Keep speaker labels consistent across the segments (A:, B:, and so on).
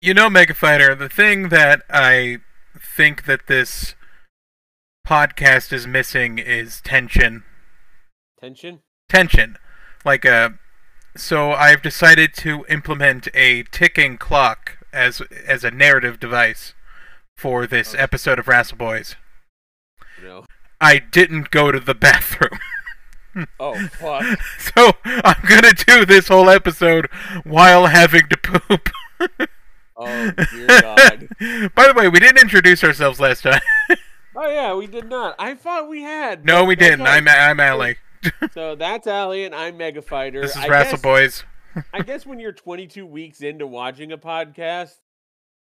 A: you know, Mega Fighter, the thing that I think that this podcast is missing is tension.
B: Tension?
A: Tension. Like a so I've decided to implement a ticking clock as as a narrative device for this
B: Okay.
A: episode of Rassle Boys.
B: No.
A: I didn't go to the bathroom.
B: Oh fuck.
A: so I'm gonna do this whole episode while having to poop.
B: Oh dear god.
A: By the way, we didn't introduce ourselves last time.
B: Oh yeah, we did not. I thought we had.
A: No, we
B: That's
A: didn't.
B: right.
A: I'm I'm Allie.
B: So that's Allie and I'm Mega Fighter.
A: This is
B: I
A: Rassle
B: guess,
A: Boys.
B: I guess when you're 22 weeks into watching a podcast,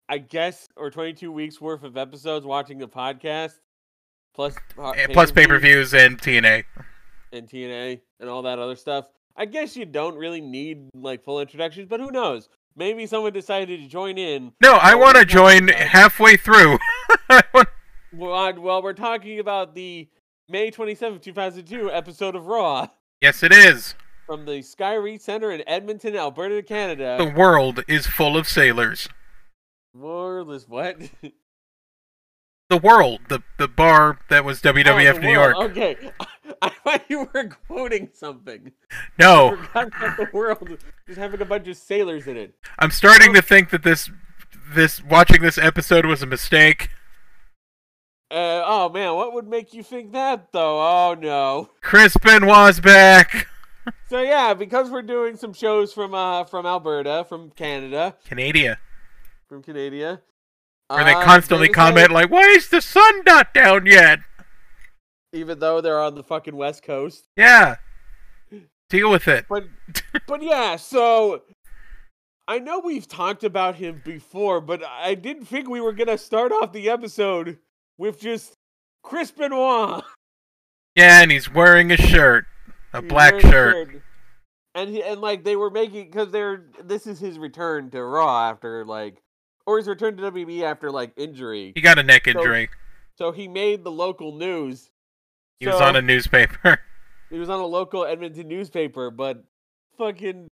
B: I guess or 22 weeks worth of episodes watching the podcast, plus uh,
A: Eh, Plus pay per
B: pay-per-view
A: views and TNA.
B: and TNA and all that other stuff. I guess you don't really need like full introductions, but who knows? Maybe someone decided to join in
A: No, I
B: Oh,
A: want to
B: that's
A: join
B: not bad.
A: halfway through. I want-
B: Well, uh, well, we're talking about the May twenty seventh, 2002 episode of Raw
A: yes, it is.
B: from the Skyrie Center in Edmonton, Alberta,
A: The
B: Canada.
A: world is full of sailors.
B: More or less what?
A: The world, the the bar that was WWF
B: Oh, the
A: New York.
B: world. Okay. I thought you were quoting something.
A: No,
B: Forgot about the world just having a bunch of sailors in it.
A: I'm starting to think that this this watching this episode was a mistake.
B: Uh, oh man, what would make you think that though? Oh no.
A: Crispin was back.
B: So yeah, because we're doing some shows from uh from Alberta, from Canada,
A: Canada,
B: from Canada.
A: where they
B: uh,
A: constantly
B: decided-
A: comment like, "Why is the sun not down yet?"
B: even though they're on the fucking west coast.
A: Yeah, deal with it.
B: But but yeah, so I know we've talked about him before, but I didn't think we were gonna start off the episode with just Chris Benoit.
A: Yeah, and he's wearing a shirt, a
B: He's
A: black
B: wearing a
A: shirt.
B: And he, and like they were making because they're this is his return to Raw after like or his return to WWE after like injury.
A: He got a neck
B: So-
A: injury.
B: So he made the local news.
A: He was on a newspaper.
B: he was on a local Edmonton newspaper, but fucking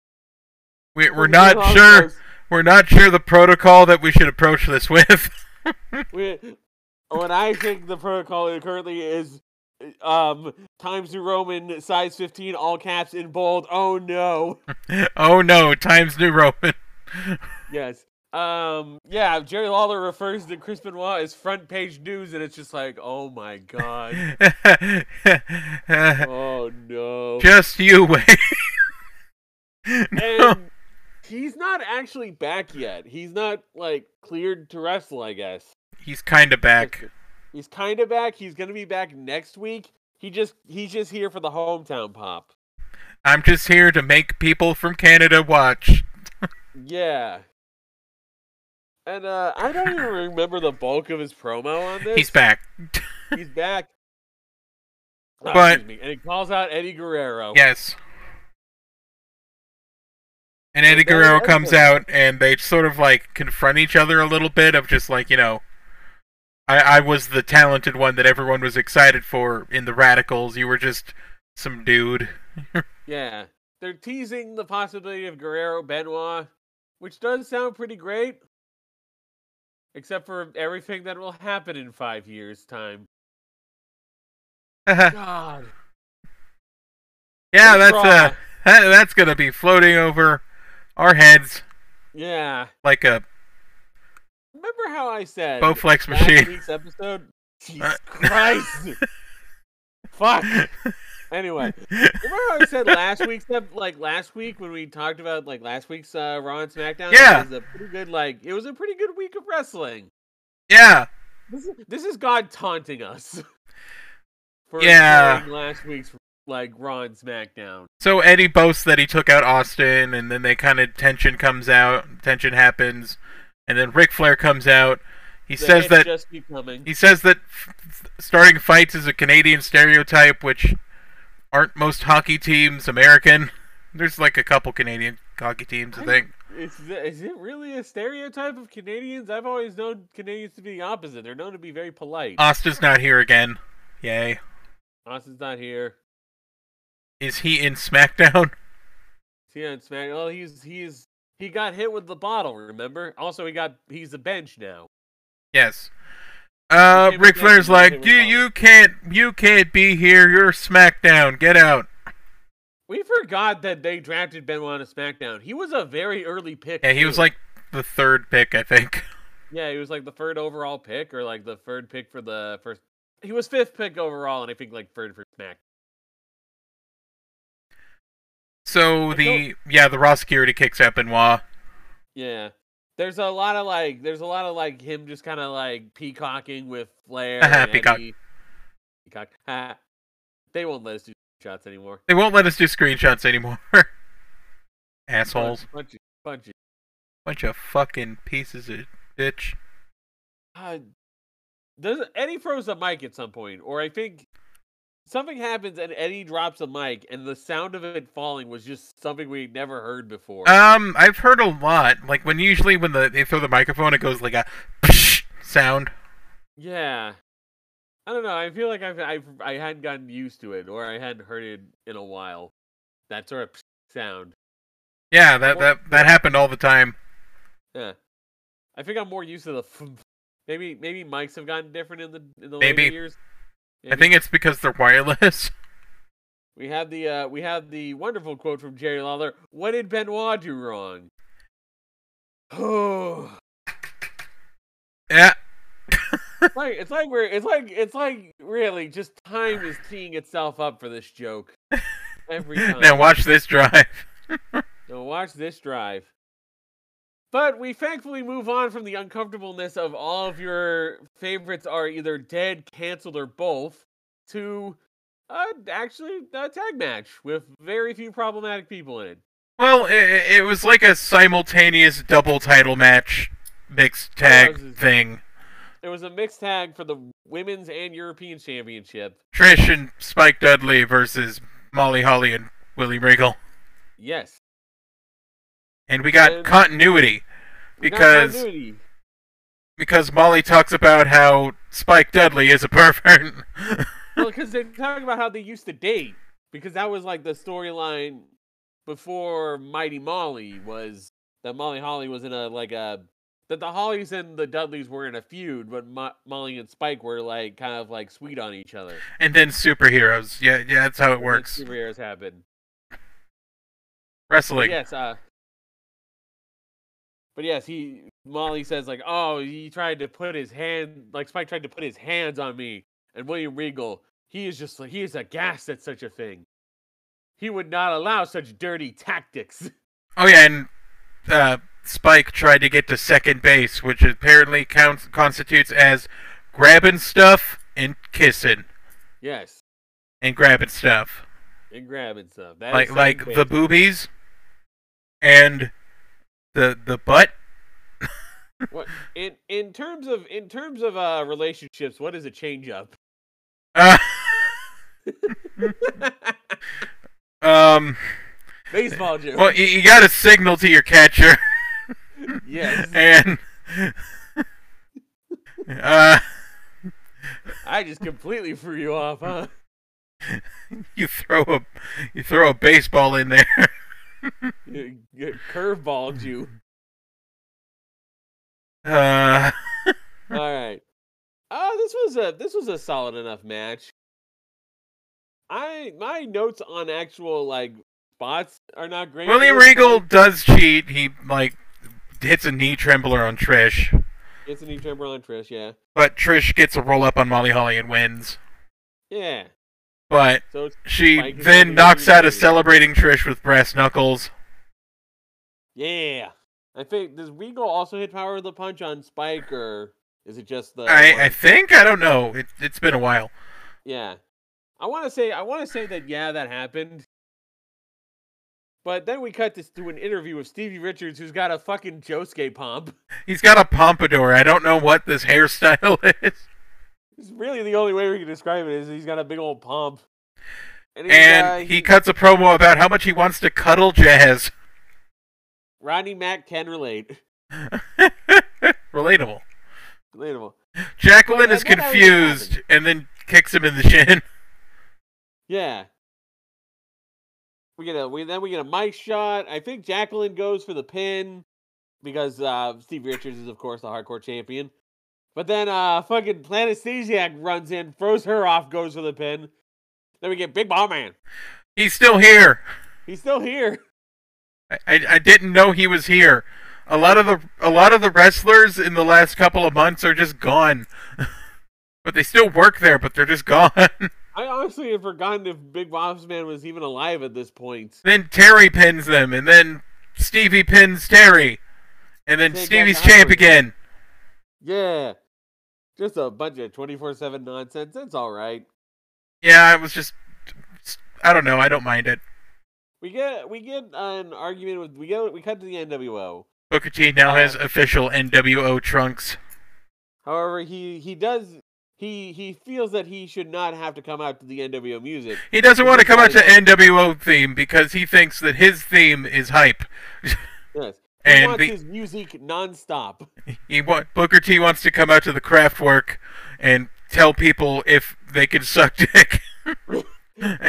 A: We, we're
B: fucking
A: not
B: Raw
A: sure.
B: was-
A: We're not sure the protocol that we should approach this with.
B: We, what I think the protocol currently is um Times New Roman size 15 all caps in bold. Oh no.
A: oh no, Times New Roman.
B: Yes. Um yeah, Jerry Lawler refers to Chris Benoit as front page news and it's just like, "Oh my god. Oh no."
A: Just you wait. no.
B: And he's not actually back yet. He's not like cleared to wrestle, I guess.
A: He's kind of back.
B: He's kind of back. He's going to be back next week. He just he's just here for the hometown pop.
A: I'm just here to make people from Canada watch.
B: Yeah. And uh, I don't even remember the bulk of his promo on this.
A: He's back.
B: He's back. Ah,
A: But-
B: excuse me. and he calls out Eddie Guerrero.
A: Yes. And Eddie
B: And then
A: Guerrero
B: another
A: comes
B: thing-
A: out, and they sort of like confront each other a little bit of just like you know, I I was the talented one that everyone was excited for in the Radicals. You were just some dude.
B: Yeah. They're teasing the possibility of Guerrero Benoit, which does sound pretty great. Except for everything that will happen in five years' time. God.
A: Yeah,
B: Good
A: that's
B: draw.
A: uh, that, that's gonna be floating over our heads
B: Yeah.
A: like a
B: Remember how I said
A: Bowflex
B: last
A: machine.
B: week's episode? Jesus Christ. Fuck. Anyway. Remember how I said last week's ep- like last week when we talked about like last week's uh, Raw and SmackDown? it
A: Yeah.
B: was a pretty good like it was a pretty good week of wrestling.
A: yeah,
B: This is this is God taunting us for
A: Yeah.
B: ignoring last week's like Raw and SmackDown.
A: so Eddie boasts that he took out Austin, and then they kind of tension comes out, tension happens, and then Ric Flair comes out. He
B: The
A: says
B: hits
A: that
B: just keep coming.
A: he says that f- f- starting fights is a Canadian stereotype, which aren't most hockey teams American. There's like a couple Canadian hockey teams, I
B: I-
A: think.
B: Is, th- is it really a stereotype of Canadians? I've always known Canadians to be the opposite. They're known to be very polite.
A: Austin's not here again. Yay.
B: Austin's not here.
A: Is he in SmackDown?
B: See on SmackDown. Well, he's he's He got hit with the bottle, remember? Also, he got he's the bench now.
A: Yes. Uh,
B: Okay,
A: Ric
B: but
A: Flair's
B: that's-
A: like,
B: okay,
A: you
B: we're
A: you can't you can't be here. You're SmackDown. Get out.
B: We forgot that they drafted Benoit to SmackDown. He was a very early pick.
A: Yeah, he was
B: too.
A: like the third pick, I think.
B: yeah, he was like the third overall pick, or like the third pick for the first. He was fifth pick overall, and I think like third for Smack.
A: So
B: I
A: the yeah the raw security kicks out Benoit.
B: Yeah, there's a lot of like, there's a lot of like him just kind of like peacocking with Flair.
A: Haha,
B: and
A: peacock.
B: Eddie. Peacock. Ha. they won't let us do shots anymore.
A: They won't let us do screenshots anymore. Assholes.
B: Bunch of, bunch of,
A: Bunch of fucking pieces of bitch.
B: God. Does Eddie throws Uh, a mic at some point, or I think something happens and Eddie drops a mic, and the sound of it falling was just something we would never heard before.
A: Um, I've heard a lot. Like when usually when the, they throw the microphone, it goes like a psh sound.
B: yeah, I don't know. I feel like I've, I've I hadn't gotten used to it, or I hadn't heard it in a while. That sort of sound.
A: Yeah, that that that happened all the time.
B: Yeah, I think I'm more used to the. maybe maybe mics have gotten different in the in the
A: Maybe.
B: later years.
A: I think it's because they're wireless.
B: We have the uh, we have the wonderful quote from Jerry Lawler. What did Benoit do wrong? Oh,
A: yeah.
B: it's like it's like we're it's like it's like really just time is teeing itself up for this joke every time.
A: Now watch this drive.
B: Now watch this drive. But we thankfully move on from the uncomfortableness of all of your favorites are either dead, canceled, or both to uh, actually a tag match with very few problematic people in it.
A: Well, it, it was like a simultaneous double title match mixed
B: Oh, this
A: tag
B: is-
A: thing.
B: It was a mixed tag for the women's and European championship.
A: Trish and Spike Dudley versus Molly Holly and Willie Regal.
B: Yes.
A: And we got
B: And-
A: continuity
B: We got
A: Because-
B: continuity.
A: because Molly talks about how Spike Dudley is a pervert.
B: well, because they're talking about how they used to date, because that was like the storyline before Mighty Molly was that Molly Holly was in a like a that the Hollys and the Dudleys were in a feud, but Mo- Molly and Spike were like kind of like sweet on each other.
A: and then superheroes. Yeah, yeah, that's how it
B: When
A: works.
B: Superheroes happen. But
A: Wrestling.
B: yes. Uh, but yes, he Molly says like, "Oh, he tried to put his hand like Spike tried to put his hands on me." And William Regal, he is just like he is aghast at such a thing. He would not allow such dirty tactics.
A: Oh yeah, and uh, Spike tried to get to second base, which apparently counts constitutes as grabbing stuff and kissing
B: yes,
A: and grabbing stuff,
B: and grabbing stuff. That is
A: like like
B: second
A: the
B: base.
A: boobies and the the butt.
B: What- in in terms of in terms of uh relationships, what is a change up?
A: Uh, um,
B: Baseball joke.
A: well, you, you got to signal to your catcher,
B: Yes,
A: and uh,
B: I just completely threw you off, huh?
A: you throw a you throw a baseball in there.
B: You- you Curveballed you.
A: Uh,
B: All right. Uh, this was a this was a solid enough match. I my notes on actual like spots are not great. for
A: William
B: this
A: Regal
B: one.
A: does cheat. He like hits a knee trembler on Trish,
B: gets an Chamber on Trish, yeah.
A: but Trish gets a roll up on Molly Holly and wins.
B: Yeah.
A: But
B: So it's
A: she
B: Mike is
A: then
B: gonna
A: knocks
B: be
A: out a
B: cheating.
A: celebrating Trish with brass knuckles.
B: yeah. I think does Regal also hit power of the punch on Spike or is it just the one?
A: I, I think I don't know. It, it's been a while.
B: Yeah. I want to say I want to say that yeah, that happened. But then we cut this to an interview with Stevie Richards who's got a fucking Josuke pomp.
A: He's got a pompadour. I don't know what this hairstyle is.
B: It's really the only way we can describe it is he's got a big old pump. And, he's, uh,
A: And he cuts a promo about how much he wants to cuddle Jazz.
B: Rodney Mack can relate.
A: Relatable.
B: Relatable.
A: Jacqueline is
B: Well, that already
A: confused and then kicks him in the shin.
B: Yeah. We get a we then we get a mic shot. I think Jacqueline goes for the pin because uh, Steve Richards is of course the hardcore champion. But then uh fucking Planestesiac runs in, throws her off, goes for the pin. Then we get Big Ball Man.
A: He's still here.
B: He's still here.
A: I, I, I didn't know he was here. A lot of the a lot of the wrestlers in the last couple of months are just gone. but they still work there, but they're just gone.
B: I honestly had forgotten if Big Boss Man was even alive at this point.
A: then Terry pins them, and then Stevie pins Terry, and then
B: Take
A: Stevie's
B: that
A: champ
B: backwards.
A: again.
B: Yeah. Just a bunch of 24 7 nonsense. That's all right.
A: Yeah, it was just I don't know. I don't mind it.
B: We get we get an argument with we get we cut to the NWO.
A: Booker T now
B: Uh,
A: has official NWO trunks.
B: However, he he does he he feels that he should not have to come out to the NWO music.
A: He doesn't want to come out to
B: Right.
A: NWO theme because he thinks that his theme is hype.
B: Yes. He
A: And
B: wants
A: the,
B: his music nonstop.
A: he wa- Booker T wants to come out to the craft work and tell people if they can suck dick.
B: And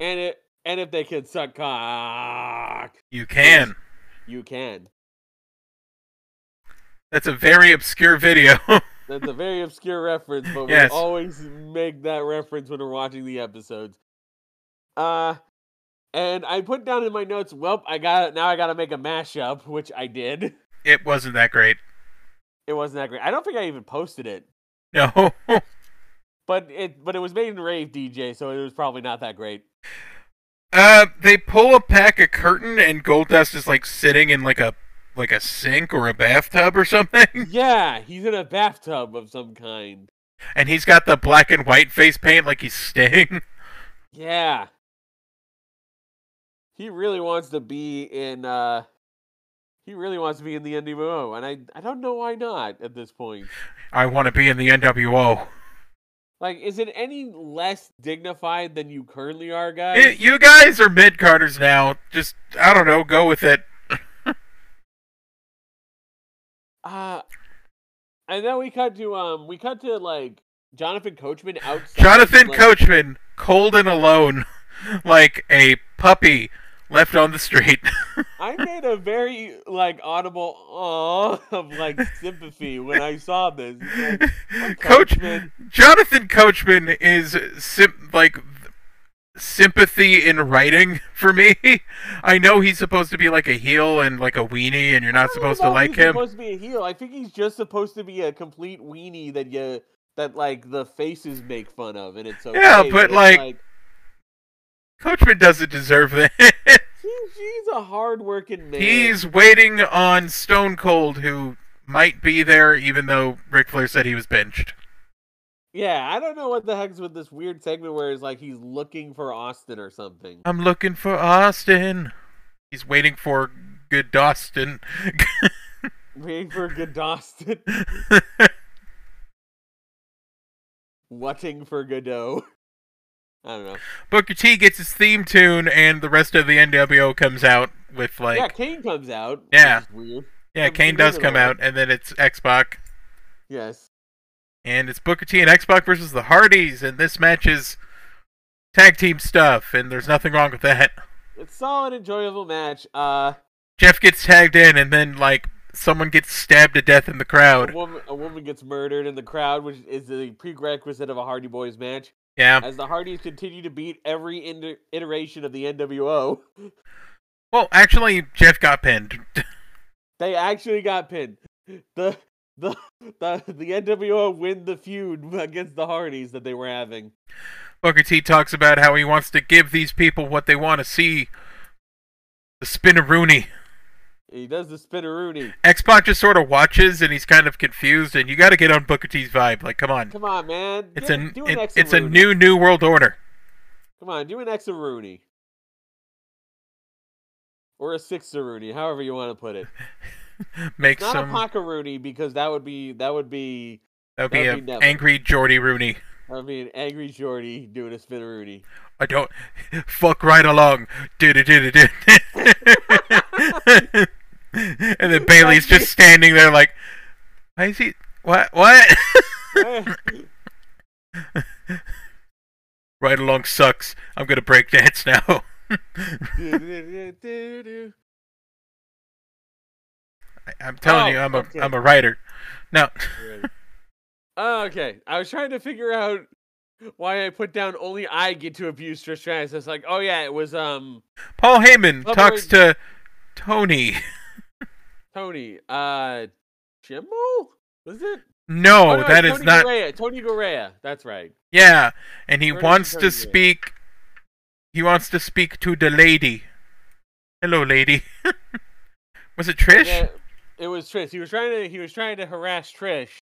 B: it and if they can suck cock,
A: you can.
B: you can.
A: That's a very obscure video.
B: That's a very obscure reference, but
A: Yes.
B: we always make that reference when we're watching the episodes. Uh and I put down in my notes, well, I got now I gotta make a mashup, which I did.
A: it wasn't that great.
B: It wasn't that great. I don't think I even posted it.
A: No.
B: But it but it was made in Rave DJ, so it was probably not that great.
A: Uh, they pull a pack of curtain and Goldust is like sitting in like a like a sink or a bathtub or something,
B: yeah, he's in a bathtub of some kind.
A: and he's got the black and white face paint like he's Sting.
B: Yeah. He really wants to be in uh he really wants to be in the NWO, and I I don't know why not at this point.
A: I want to be in the NWO.
B: Like, is it any less dignified than you currently are, guys?
A: Y- Eh, you guys are mid carders now. Just I don't know. Go with it.
B: uh and then we cut to um we cut to like Jonathan Coachman outside.
A: Jonathan
B: like-
A: Coachman, cold and alone, like a puppy left on the street.
B: I made a very like audible aw of like sympathy when I saw this. It's like,
A: Coach
B: Coachman.
A: Jonathan Coachman is sim- like sympathy in writing for me. I know he's supposed to be like a heel and like a weenie, and you're not
B: I don't know
A: supposed to
B: if
A: like
B: he's
A: him.
B: Supposed to be a heel. I think he's just supposed to be a complete weenie that you that like the faces make fun of, and it's okay.
A: Yeah, but,
B: it's
A: like- Coachman doesn't deserve that.
B: he, he's a hardworking man.
A: he's waiting on Stone Cold, who might be there, even though Ric Flair said he was benched.
B: Yeah, I don't know what the heck's with this weird segment where it's like he's looking for Austin or something.
A: I'm looking for Austin. He's waiting for good Austin.
B: Waiting for a good Austin. Whatting for Godot. I don't know.
A: Booker T gets his theme tune, and the rest of the NWO comes out with like
B: yeah, Kane comes out. which
A: Yeah.
B: is weird.
A: Yeah,
B: Um,
A: Kane
B: the
A: does
B: other
A: come
B: one.
A: out, and then it's Xbox,
B: Yes.
A: and it's Booker T and Xbox versus the Hardys, and this match is tag team stuff, and there's nothing wrong with that.
B: It's solid, enjoyable match. Uh,
A: Jeff gets tagged in, and then like someone gets stabbed to death in the
B: a
A: crowd.
B: woman, a woman gets murdered in the crowd, which is the prerequisite of a Hardy Boys match.
A: Yeah.
B: As the Hardys continue to beat every iter- iteration of the NWO,
A: Well, actually, Jeff got pinned.
B: They actually got pinned. The the the the NWO win the feud against the Hardys that they were having.
A: Booker T talks about how he wants to give these people what they want to see. The spinneroony.
B: He does the spinneroony.
A: Xbox just sort of watches, and he's kind of confused. And you got to get on Booker T's vibe. Like, come on,
B: Come on, man.
A: it's
B: do,
A: a
B: do
A: it-
B: an extra
A: it's a
B: Rooney.
A: new new world order.
B: Come on, do an extra Rooney. Or a six Rooney, however you want to put it.
A: Make
B: Not
A: some
B: a Paca Rooney because that would be that would be
A: That would be
B: That'd
A: an
B: be Neville.
A: angry Jordy Rooney.
B: that would be an angry Jordy doing a spinneroony.
A: I don't fuck right along. Do do do do do. And then Bailey's just standing there like, why is he? What? What? right along sucks. I'm gonna break dance now.
B: Do-do-do-do-do.
A: I, I'm telling
B: Oh,
A: you, I'm a
B: okay.
A: am a writer. No,
B: Right. Oh, okay, I was trying to figure out why I put down only I get to abuse Trish Stratus. It's like, oh yeah, it was um
A: Paul Heyman
B: Elaborate.
A: talks to Tony.
B: Tony. Uh, Jimbo was it?
A: No,
B: Oh, no,
A: Oh, that is
B: it's Tony
A: not.
B: Garea, Tony Garea. That's right.
A: Yeah, and he
B: Where did he
A: wants
B: turn
A: to
B: you?
A: speak. He wants to speak to the lady. Hello, lady. Was it Trish?
B: Yeah, it was Trish. He was trying to he was trying to harass Trish,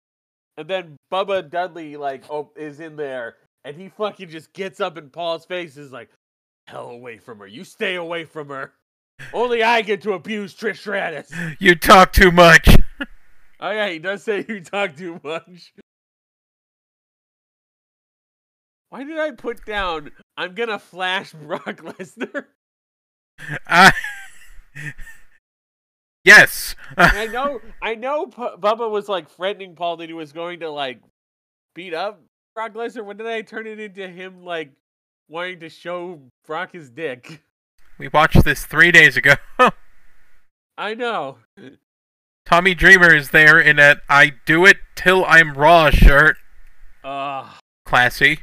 B: and then Bubba Dudley like oh, is in there, and he fucking just gets up in Paul's face and is like, "Hell away from her! You stay away from her! Only I get to abuse Trish Stratus."
A: You talk too much.
B: Oh yeah, he does say you talk too much. Why did I put down? I'm gonna flash Brock Lesnar.
A: I... yes.
B: And I know, I know. P- Bubba was like threatening Paul that he was going to like beat up Brock Lesnar. When did I turn it into him like wanting to show Brock his dick?
A: we watched this three days ago.
B: I know.
A: Tommy Dreamer is there in that I do it till I'm raw shirt.
B: Ugh.
A: Classy.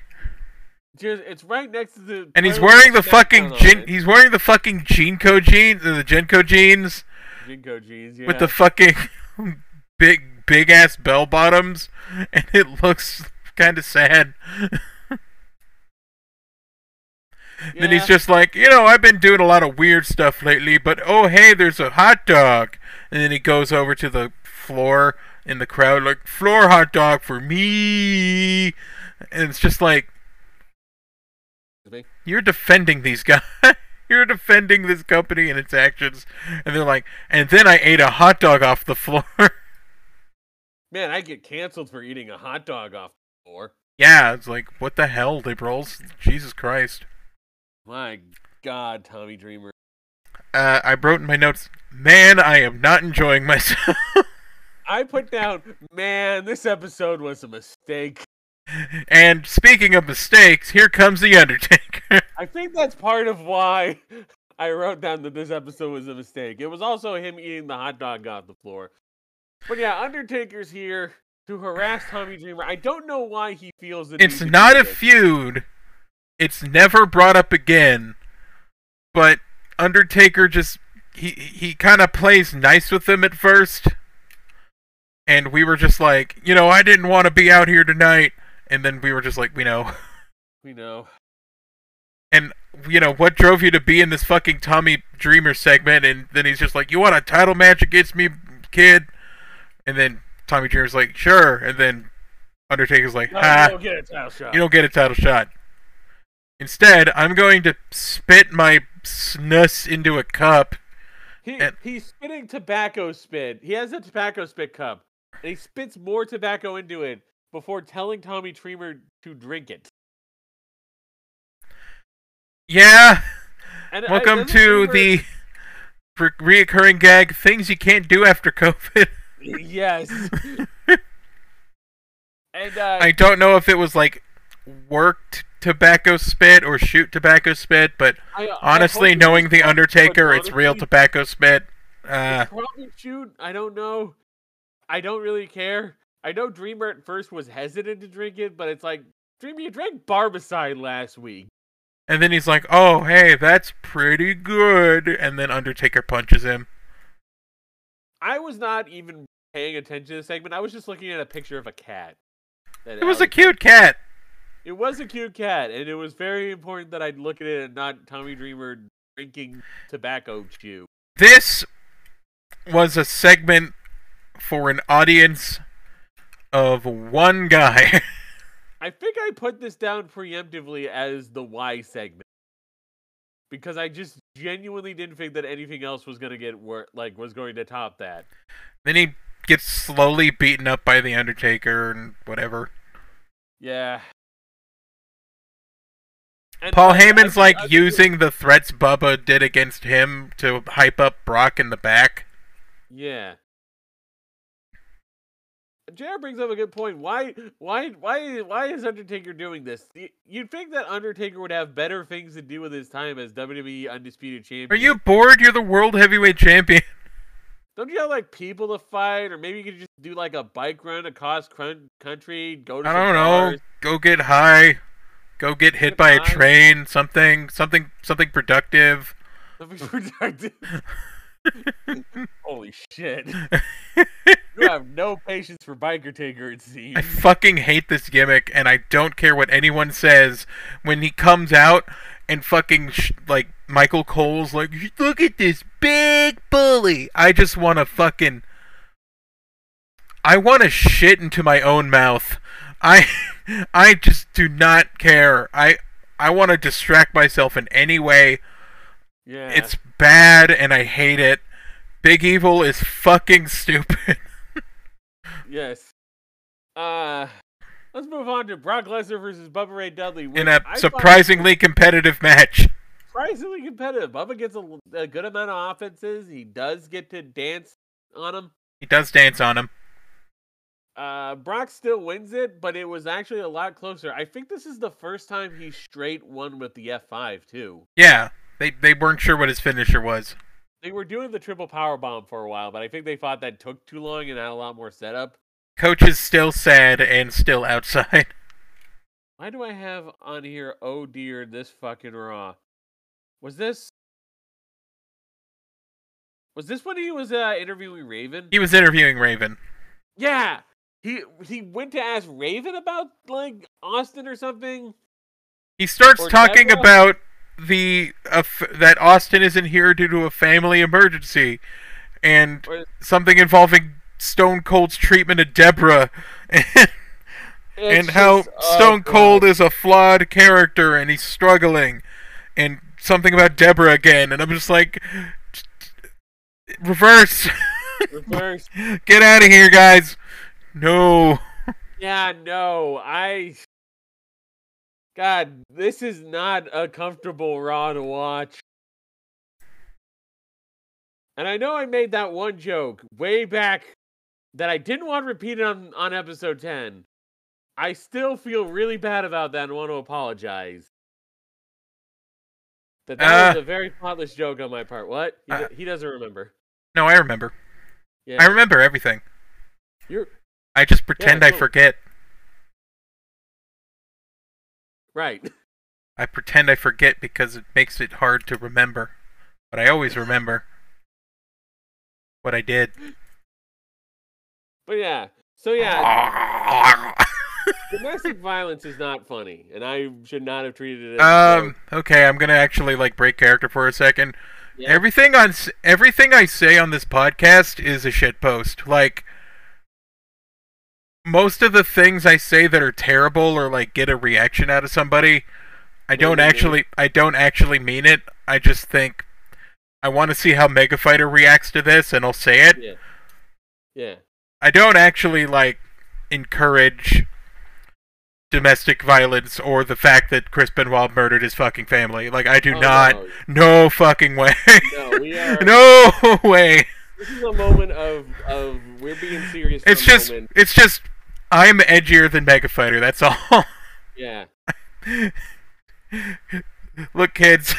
B: Just, it's right next to the.
A: And he's
B: title
A: wearing the
B: of
A: fucking
B: SmackDown
A: gin-
B: on it.
A: he's wearing the fucking Jinko jeans, uh, the Genko jeans
B: Jinko jeans. Yeah.
A: with the fucking big big ass bell bottoms and it looks kind of sad. Then he's
B: Yeah.
A: just like, you know, I've been doing a lot of weird stuff lately, but oh hey, there's a hot dog. And then he goes over to the floor in the crowd, like, floor hot dog for me. And it's just like,
B: Excuse me.
A: you're defending these guys. you're defending this company and its actions. And they're like, and then I ate a hot dog off the floor.
B: Man, I get canceled for eating a hot dog off the floor.
A: yeah, it's like, what the hell, liberals? Jesus Christ.
B: My God, Tommy Dreamer.
A: Uh, I wrote in my notes, man, I am not enjoying myself.
B: I put down, man, this episode was a mistake.
A: and speaking of mistakes, here comes The Undertaker.
B: I think that's part of why I wrote down that this episode was a mistake. It was also him eating the hot dog off the floor. But yeah, Undertaker's here to harass Tommy Dreamer. I don't know why he feels the need
A: it's
B: to do
A: not a
B: this.
A: feud. It's never brought up again. But Undertaker just he he kind of plays nice with them at first. And we were just like, you know, I didn't want to be out here tonight. And then we were just like, we know.
B: We know.
A: And you know, what drove you to be in this fucking Tommy Dreamer segment? And then he's just like, you want a title match against me, kid? And then Tommy Dreamer's like, sure. And then Undertaker's like,
B: No,
A: ha.
B: you don't get a title shot.
A: Ah. You don't get a title shot. Instead, I'm going to spit my snus into a cup.
B: He,
A: And-
B: he's spitting tobacco spit. He has a tobacco spit cup, and he spits more tobacco into it before telling Tommy Dreamer to drink it.
A: Yeah.
B: And I-
A: Welcome
B: doesn't
A: to
B: Dreamer-
A: the re- reoccurring gag things you can't do after COVID.
B: yes. and uh,
A: I don't know if it was like worked tobacco spit or shoot tobacco spit, but
B: I- I
A: honestly,
B: hope
A: knowing
B: it's
A: the
B: not,
A: Undertaker,
B: but
A: it's real
B: honestly,
A: tobacco spit. Uh,
B: it's probably shoot. I don't know. I don't really care. I know Dreamer at first was hesitant to drink it, but it's like Dreamer, you drank Barbicide last week.
A: and then he's like, "Oh, hey, that's pretty good," and then Undertaker punches him.
B: I was not even paying attention to the segment. I was just looking at a picture of a cat. that
A: It was a
B: Alex-
A: cute cat.
B: It was a cute cat, and it was very important that I'd look at it and not Tommy Dreamer drinking tobacco chew.
A: this was a segment for an audience of one guy.
B: I think I put this down preemptively as the why segment because I just genuinely didn't think that anything else was going to get wor- like was going to top that.
A: then he gets slowly beaten up by the Undertaker and whatever.
B: Yeah. And
A: Paul
B: I- I
A: Heyman's
B: think
A: like
B: other-
A: using the threats Bubba did against him to hype up Brock in the back.
B: Yeah. Jared brings up a good point. Why, why, why, why is Undertaker doing this? Y- You'd think that Undertaker would have better things to do with his time as WWE Undisputed Champion.
A: Are you bored? You're the world heavyweight champion.
B: Don't you have like people to fight, or maybe you could just do like a bike run across crun- country? Go to
A: I
B: some
A: don't know.
B: bars.
A: Go get high. Go get hit
B: Get
A: by a
B: high.
A: train. Something. Something. Something productive.
B: Something productive. Holy shit! you have no patience for biker taker. It seems.
A: I fucking hate this gimmick, and I don't care what anyone says when he comes out and fucking sh- like Michael Cole's like, look at this big bully. I just want to fucking, I want to shit into my own mouth. I, I just do not care. I, I want to distract myself in any way.
B: Yeah.
A: It's bad, and I hate it. Big Evil is fucking stupid.
B: Yes. Uh let's move on to Brock Lesnar versus Bubba Ray Dudley. which
A: in a
B: I find
A: surprisingly competitive match.
B: surprisingly competitive. Bubba gets a, a good amount of offenses. He does get to dance on him.
A: He does dance on him.
B: Uh, Brock still wins it, but it was actually a lot closer. I think this is the first time he straight won with the F5 too.
A: Yeah, they they weren't sure what his finisher was.
B: They were doing the triple power bomb for a while, but I think they thought that took too long and had a lot more setup.
A: Coach is still sad and still outside.
B: Why do I have on here? Oh dear, this fucking raw. Was this? Was this when he was uh, interviewing Raven?
A: He was interviewing Raven.
B: yeah, he he went to ask Raven about like Austin or something.
A: He starts
B: Or
A: talking
B: Deborah?
A: about the uh, f- that Austin isn't here due to a family emergency and
B: Or-
A: something involving Stone Cold's treatment of Deborah and,
B: It's
A: and how
B: just- oh,
A: Stone
B: God.
A: Cold is a flawed character and he's struggling and something about Deborah again and I'm just like reverse
B: reverse.
A: Get out of here, guys. No.
B: Yeah, no, I. God, this is not a comfortable Raw to watch. And I know I made that one joke way back that I didn't want repeated on, on episode 10. I still feel really bad about that and want to apologize. That that
A: Uh.
B: was a very thoughtless joke on my part. What? He,
A: Uh.
B: he doesn't remember.
A: No, I remember.
B: Yeah.
A: I remember everything.
B: You're
A: I just pretend I
B: cool.
A: forget.
B: right.
A: I pretend I forget because it makes it hard to remember. But I always remember what I did.
B: But yeah. So yeah, Domestic violence is not funny, and I should not have treated it. As a
A: um.
B: joke.
A: Okay, I'm gonna actually like break character for a second.
B: Yeah.
A: Everything on s- everything I say on this podcast is a shit post. Like most of the things I say that are terrible or like get a reaction out of somebody, I don't
B: do you mean?
A: actually I don't actually mean it. I just think I want to see how Mega Fighter reacts to this and I'll say it.
B: yeah, yeah,
A: I don't actually like encourage domestic violence or the fact that Chris Benoit murdered his fucking family. Like I do
B: Oh,
A: not
B: no.
A: no fucking way.
B: No, we are-
A: No way.
B: This is a moment of of we're being serious. For
A: It's
B: a
A: just
B: moment.
A: it's just I'm edgier than Mega Fighter, that's all.
B: yeah.
A: Look kids.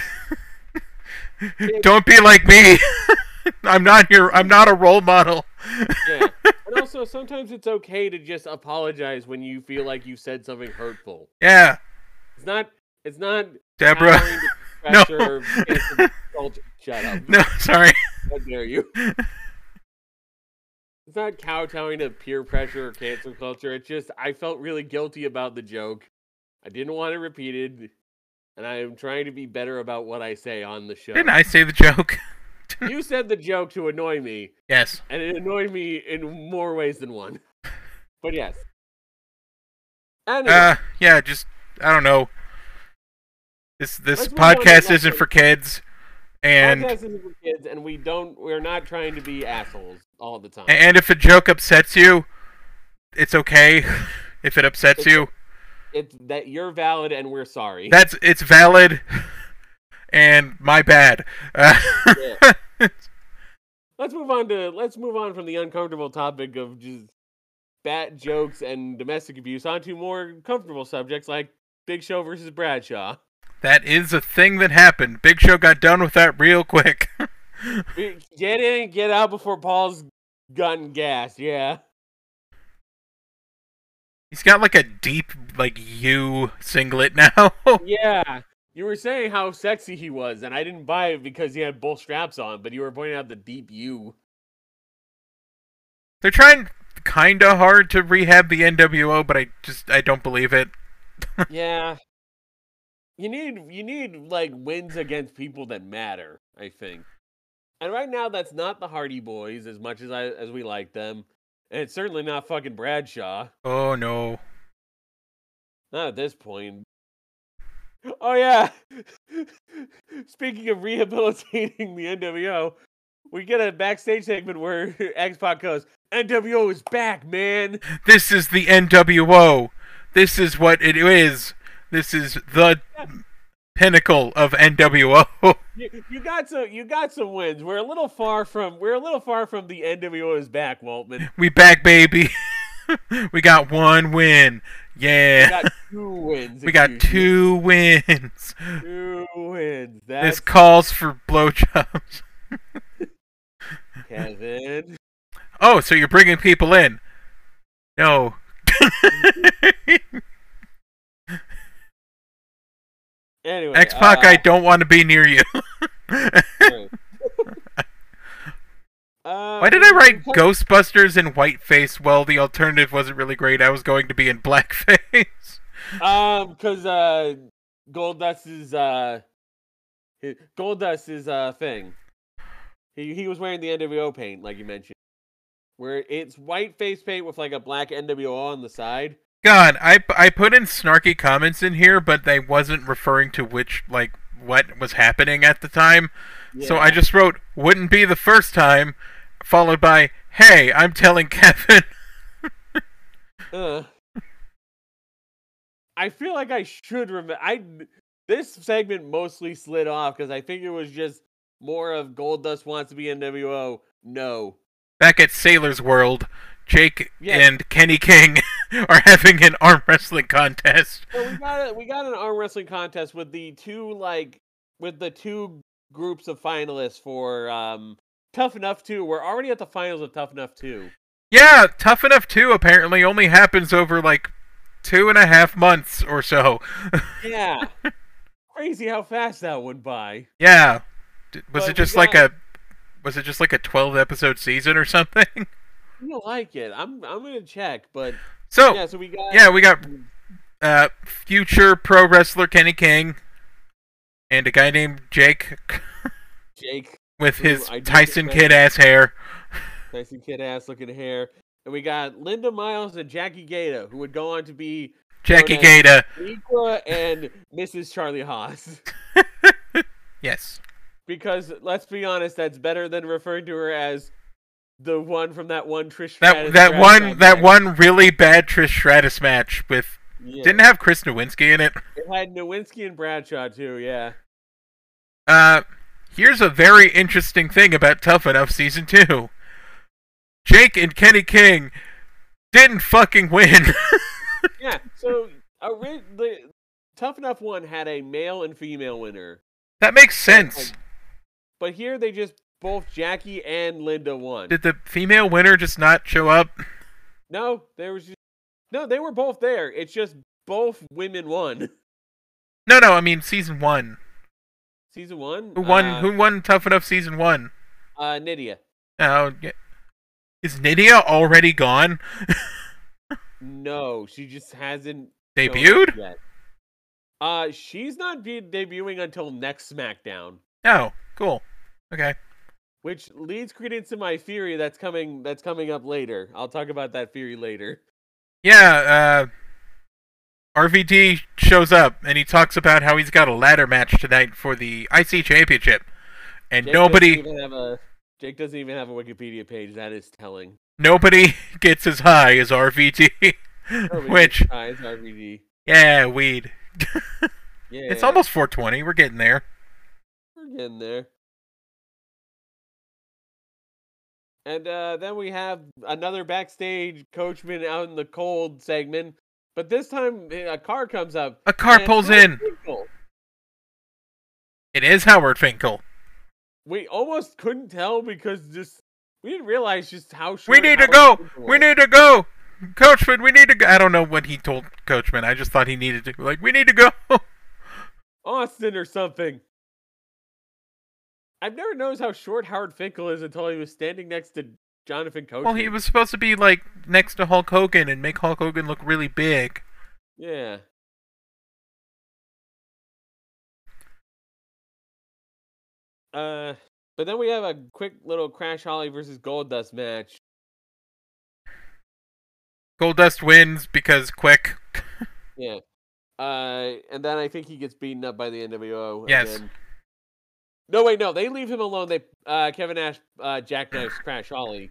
A: Don't be like me. I'm not your I'm not a role model.
B: yeah. And also, sometimes it's okay to just apologize when you feel like you said something hurtful.
A: Yeah.
B: It's not. It's not.
A: Deborah.
B: cowering to
A: No.
B: pressure or against the- Shut up!
A: No, sorry.
B: How dare you? It's not kowtowing to peer pressure or cancel culture. It's just I felt really guilty about the joke. I didn't want it repeated, and I am trying to be better about what I say on the show.
A: Didn't I say the joke?
B: You said the joke to annoy me,
A: Yes.
B: and it annoyed me in more ways than one. But yes. And
A: Uh, yeah, just I don't know. This this
B: Let's move on to
A: podcast
B: the
A: isn't
B: next
A: for kids, and
B: podcast is for kids, and we don't. We're not trying to be assholes all the time.
A: and if a joke upsets you, it's okay. If it upsets you,
B: it's that you're valid, and we're sorry.
A: that's it's valid, and my bad. Uh,
B: let's move on to let's move on from the uncomfortable topic of just bat jokes and domestic abuse onto more comfortable subjects like Big Show versus Bradshaw.
A: That is a thing that happened. Big Show got done with that real quick.
B: Get in and get out before Paul's gun gas. Yeah.
A: He's got like a deep like U singlet now.
B: Yeah. You were saying how sexy he was, and I didn't buy it because he had both straps on, but you were pointing out the deep U.
A: They're trying kinda hard to rehab the NWO, but I just I don't believe it.
B: yeah. You need you need like wins against people that matter, I think. And right now that's not the Hardy Boys as much as I as we like them. And it's certainly not fucking Bradshaw.
A: Oh no.
B: Not at this point. Oh yeah. Speaking of rehabilitating the NWO, we get a backstage segment where X Pac goes, NWO is back, man.
A: This is the NWO. This is what it is. This is the
B: Yeah.
A: pinnacle of NWO.
B: You, you got some you got some wins. We're a little far from we're a little far from the NWO is back, Waltman.
A: we back, baby. we got one win.
B: We
A: Yeah.
B: got two wins.
A: We got
B: excuse me.
A: two wins.
B: two wins.
A: This
B: That's
A: calls for blowjobs.
B: Kevin.
A: Oh, so you're bringing people in? No.
B: Anyway,
A: X Pac,
B: uh,
A: I don't want to be near you.
B: True. Uh,
A: Why did I write
B: Hulk-
A: Ghostbusters in whiteface? Well, the alternative wasn't really great. I was going to be in blackface.
B: Um, because uh, Goldust is uh, his, Goldust is a uh, thing. He he was wearing the NWO paint, like you mentioned, where it's white face paint with like a black NWO on the side.
A: God, I, I put in snarky comments in here, but they wasn't referring to which, like, what was happening at the time. So I
B: Yeah.
A: just wrote, wouldn't be the first time, followed by, hey, I'm telling Kevin.
B: Ugh. I feel like I should remember. I this segment mostly slid off because I think it was just more of Goldust wants to be NWO. No,
A: Back at Sailor's World, Jake
B: Yeah.
A: and Kenny King are having an arm wrestling contest.
B: Well, we got a, we got an arm wrestling contest with the two like with the two groups of finalists for um Tough Enough Two. We're already at the finals of Tough Enough Two.
A: Yeah, Tough Enough 2 apparently only happens over, like, two and a half months or so.
B: Yeah, crazy how fast that went by.
A: Yeah. D- was
B: But
A: it
B: we
A: just like
B: got-
A: a was it just like a 12 episode season or something?
B: You don't like it? I'm I'm gonna check, but
A: So,
B: yeah. So we got
A: Oh, yeah, we got uh future pro wrestler Kenny King and a guy named Jake
B: Jake
A: with
B: Ooh,
A: his
B: I did
A: Tyson
B: expect-
A: Kid ass hair.
B: Nice and kid ass looking hair. And we got Linda Miles and Jackie Gata, who would go on to be
A: Jackie
B: nice.
A: Gata.
B: Miqua and Mrs. Charlie Haas.
A: Yes.
B: Because let's be honest, that's better than referring to her as the one from that one Trish.
A: That
B: Stratus
A: that
B: Stratus
A: one that
B: match.
A: one really bad Trish Stratus match with
B: Yeah.
A: didn't have Chris Nowinski in it.
B: it had Nowinski and Bradshaw too. Yeah,
A: Uh, here's a very interesting thing about Tough Enough Season 2. Jake and Kenny King didn't fucking win.
B: yeah. So a ri- the Tough Enough one had a male and female winner,
A: that makes sense.
B: but here they just both Jackie and Linda won.
A: Did the female winner just not show up?
B: No, there was just no. They were both there. It's just both women won.
A: No, no, I mean Season 1.
B: Season one.
A: Who won
B: Uh,
A: who won Tough Enough Season 1?
B: Uh, Nydia.
A: Oh, yeah. Is Nydia already gone?
B: No, she just hasn't showed up
A: Debuted?
B: yet. Uh, she's not be- debuting until next SmackDown,
A: No. Oh, Cool. Okay.
B: which leads credence to my theory that's coming. That's coming up later. I'll talk about that theory later.
A: Yeah, uh RVD shows up and he talks about how he's got a ladder match tonight for the IC championship. And
B: Jake
A: nobody
B: doesn't even have a Jake doesn't even have a Wikipedia page. That is telling.
A: nobody gets as high as RVD.
B: Nobody
A: Which
B: ties RVD.
A: yeah, weed.
B: Yeah,
A: It's almost 420. We're getting there.
B: we're getting there. And uh, then we have another backstage coachman out in the cold segment, but this time eh, a car comes up.
A: A car
B: and
A: pulls
B: Howard
A: in.
B: Finkel.
A: It is Howard Finkel.
B: We almost couldn't tell because just we didn't realize just how short.
A: We need to
B: Howard
A: go.
B: Finkel
A: We
B: was.
A: need to go. Coachman, we need to go. I don't know what he told Coachman. I just thought he needed to. Like, we need to go.
B: Austin or something. I've never noticed how short Howard Finkel is until he was standing next to Jonathan Coachman.
A: Well, he was supposed to be, like, next to Hulk Hogan and make Hulk Hogan look really big.
B: Yeah. Uh, but then we have a quick little Crash Holly versus Goldust match.
A: Goldust wins because quick.
B: Yeah. Uh, and then I think he gets beaten up by the NWO.
A: Yes.
B: Again. No, wait, no. They leave him alone. They uh, Kevin Nash uh, jackknifes Crash Holly.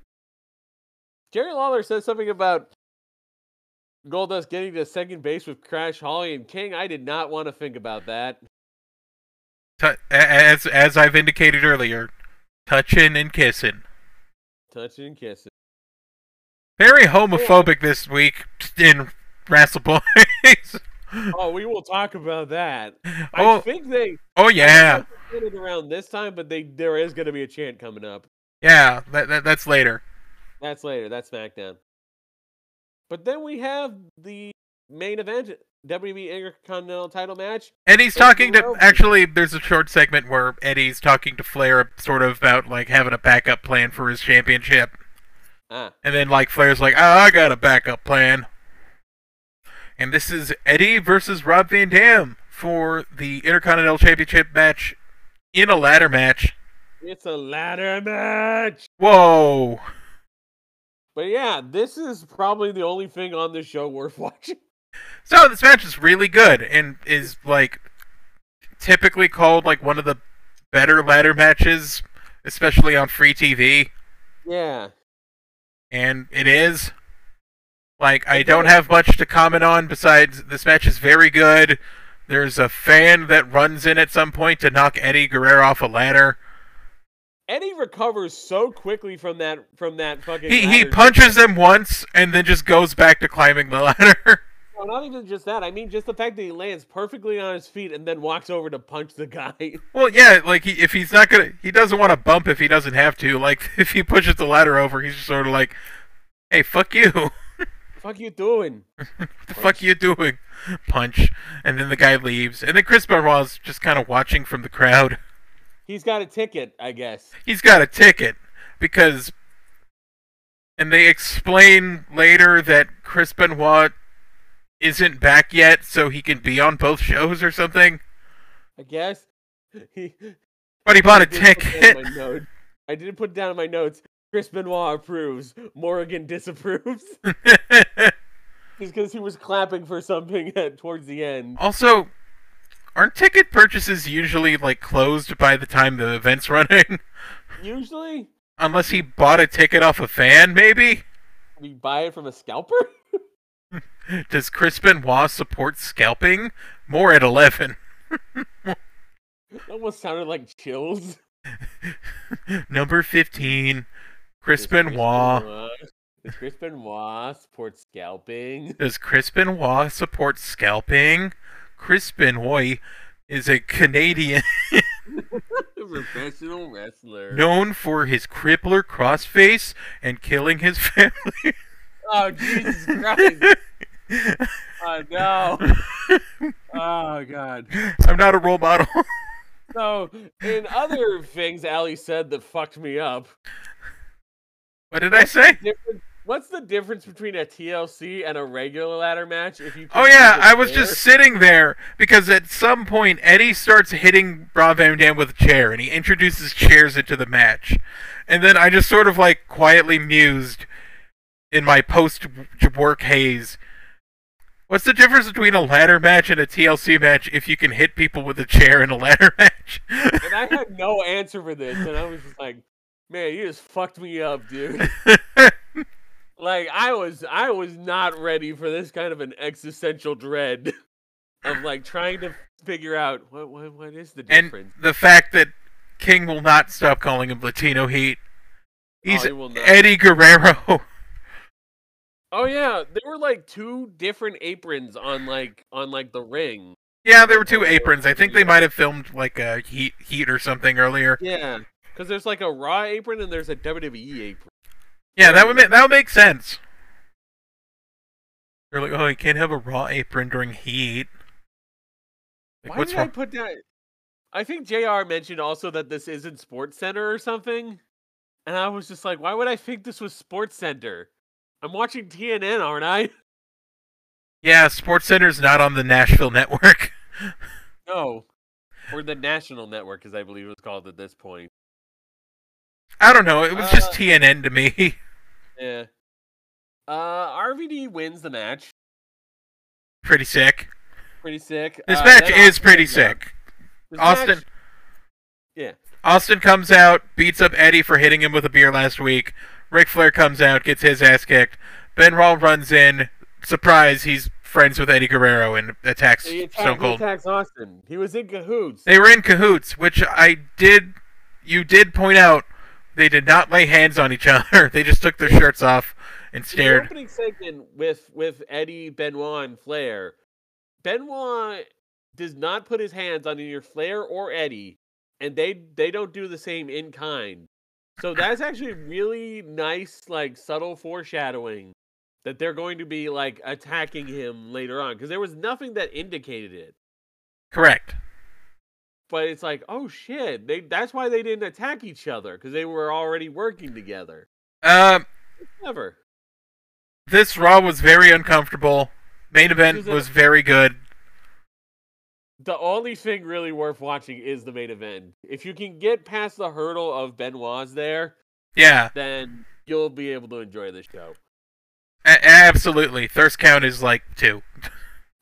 B: Jerry Lawler says something about Goldust getting to second base with Crash Holly and King. I did not want to think about that.
A: T- a- as as I've indicated earlier, touching and kissing.
B: Touching and kissing.
A: Very homophobic this week in Wrestle Boys.
B: Oh, we will talk about that. I
A: oh,
B: think they
A: oh
B: I
A: yeah,
B: don't know if they did it around this time, but they there is going to be a chant coming up.
A: yeah. That, that that's later.
B: That's later. That's SmackDown. But then we have the main event: WWE Intercontinental Title match.
A: Eddie's
B: It's
A: talking to
B: Roman.
A: actually. There's a short segment where Eddie's talking to Flair, sort of about like having a backup plan for his championship,
B: Ah,
A: and then like Flair's like, oh, "I got a backup plan," and this is Eddie versus Rob Van Dam for the Intercontinental Championship match in a ladder match.
B: it's a ladder match.
A: Whoa.
B: But yeah, this is probably the only thing on this show worth watching.
A: So this match is really good and is like typically called like one of the better ladder matches, especially on free TV,
B: Yeah,
A: and it is. Like I don't have much to comment on besides this match is very good. There's a fan that runs in at some point to knock Eddie Guerrero off a ladder.
B: Eddie recovers so quickly from that from that fucking.
A: He he
B: ladder-
A: punches him once and then just goes back to climbing the ladder.
B: No, not even just that. I mean, just the fact that he lands perfectly on his feet and then walks over to punch the guy.
A: Well, yeah, like he, if he's not gonna, he doesn't want to bump if he doesn't have to. Like if he pushes the ladder over, he's just sort of like, "Hey, fuck you! What
B: fuck you doing?
A: the fuck you doing?" Punch, and then the guy leaves, and then Chris Benoit's just kind of watching from the crowd.
B: He's got a ticket, I guess.
A: He's got a ticket because, and they explain later that Chris Benoit isn't back yet, so he can be on both shows or something.
B: I guess. He
A: But he bought a
B: I didn't put that
A: ticket.
B: in my note- I didn't put it down in my notes. Chris Benoit approves. Morgan disapproves. Just because he was clapping for something at, towards the end.
A: Also, aren't ticket purchases usually like closed by the time the event's running?
B: Usually,
A: Unless he bought a ticket off a fan, maybe?
B: you buy it from a scalper.
A: Does Chris Benoit support scalping? More at 11.
B: It almost sounded like chills.
A: Number 15, Chris
B: Does
A: Benoit.
B: Does Chris Benoit support scalping?
A: Does Chris Benoit support scalping? Chris Benoit is a Canadian
B: Professional wrestler.
A: known for his crippler crossface and killing his family.
B: Oh, Jesus Christ. Oh, no. Oh, God.
A: I'm not a role model.
B: So, in other things Ali said that fucked me up,
A: what did I say?
B: difference- what's the difference between a TLC and a regular ladder match? If you
A: Oh
B: confuse
A: yeah,
B: the
A: I was
B: pair?
A: just sitting there because at some point Eddie starts hitting Rob Van Dam with a chair, and he introduces chairs into the match, and then I just sort of like quietly mused in my post-work haze. What's the difference between a ladder match and a TLC match if you can hit people with a chair in a ladder match?
B: and I had no answer for this, and I was just like, "Man, you just fucked me up, dude." like I was, I was not ready for this kind of an existential dread of like trying to figure out what what, what is the
A: and
B: difference.
A: the fact that King Oh, will not stop calling him Latino Heat He's
B: Holly will know.
A: Eddie Guerrero.
B: Oh yeah, there were like two different aprons on like on like the ring.
A: yeah, there were two aprons. I think they might have filmed like a heat heat or something earlier.
B: Yeah, because there's like a Raw apron and there's a WWE apron.
A: Yeah, that would make that would make sense. They're like, oh, you can't have a raw apron during heat. Like,
B: Why
A: what's
B: did I
A: wrong?
B: put that? I think Jr. mentioned also that this isn't Sports Center or something, and I was just like, why would I think this was Sports Center? I'm watching TNN, aren't I?
A: Yeah, Sports Center's not on the Nashville network.
B: No, or the National Network, as I believe it was called at this point.
A: I don't know. It was just
B: Uh,
A: TNN to me.
B: Yeah. Uh, RVD wins the match.
A: pretty sick.
B: Pretty sick.
A: This
B: Uh,
A: match
B: then
A: is
B: Austin
A: pretty
B: comes out.
A: sick.
B: This
A: Austin.
B: match- Yeah.
A: Austin comes out, beats up Eddie for hitting him with a beer last week. Ric Flair comes out, gets his ass kicked. Benoit runs in. Surprise, he's friends with Eddie Guerrero and attacks
B: He attacked,
A: Stone
B: he
A: Cold.
B: attacks Austin. He was in cahoots.
A: They were in cahoots, which I did. You did point out they did not lay hands on each other. They just took their shirts off and
B: The
A: stared.
B: opening segment with with Eddie, Benoit, and Flair. Benoit does not put his hands on either Flair or Eddie, and they they don't do the same in kind. So that's actually really nice, like subtle foreshadowing that they're going to be like attacking him later on because there was nothing that indicated it.
A: Correct.
B: But it's like, oh shit, they that's why they didn't attack each other because they were already working together.
A: Uh,
B: Never.
A: this Raw was very uncomfortable. Main event
B: was a-
A: was very good.
B: The only thing really worth watching is the main event. If you can get past the hurdle of Benoit's there,
A: Yeah,
B: then you'll be able to enjoy the show.
A: a- absolutely. Thirst count is like two.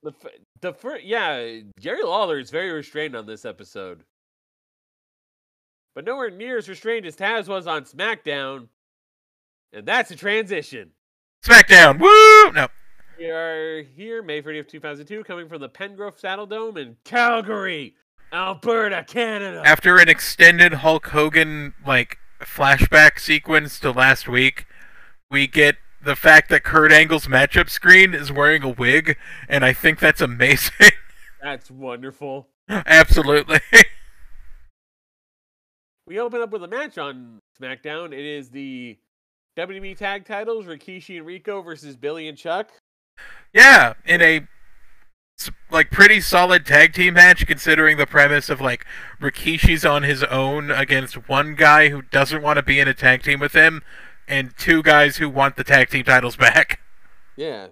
B: The f- the first, yeah, Jerry Lawler is very restrained on this episode, but nowhere near as restrained as Taz was on SmackDown, and that's a transition.
A: SmackDown. Woo! No.
B: We are here, May 30th, 2002, coming from the Pengrove Saddle Dome in Calgary, Alberta, Canada.
A: After an extended Hulk Hogan like flashback sequence to last week, we get the fact that Kurt Angle's matchup screen is wearing a wig, and I think that's amazing.
B: That's wonderful.
A: Absolutely.
B: We open up with a match on SmackDown. It is the WWE Tag Titles: Rikishi and Rico versus Billy and Chuck.
A: yeah, in a s- like pretty solid tag team match considering the premise of like Rikishi's on his own against one guy who doesn't want to be in a tag team with him and two guys who want the tag team titles back.
B: Yeah.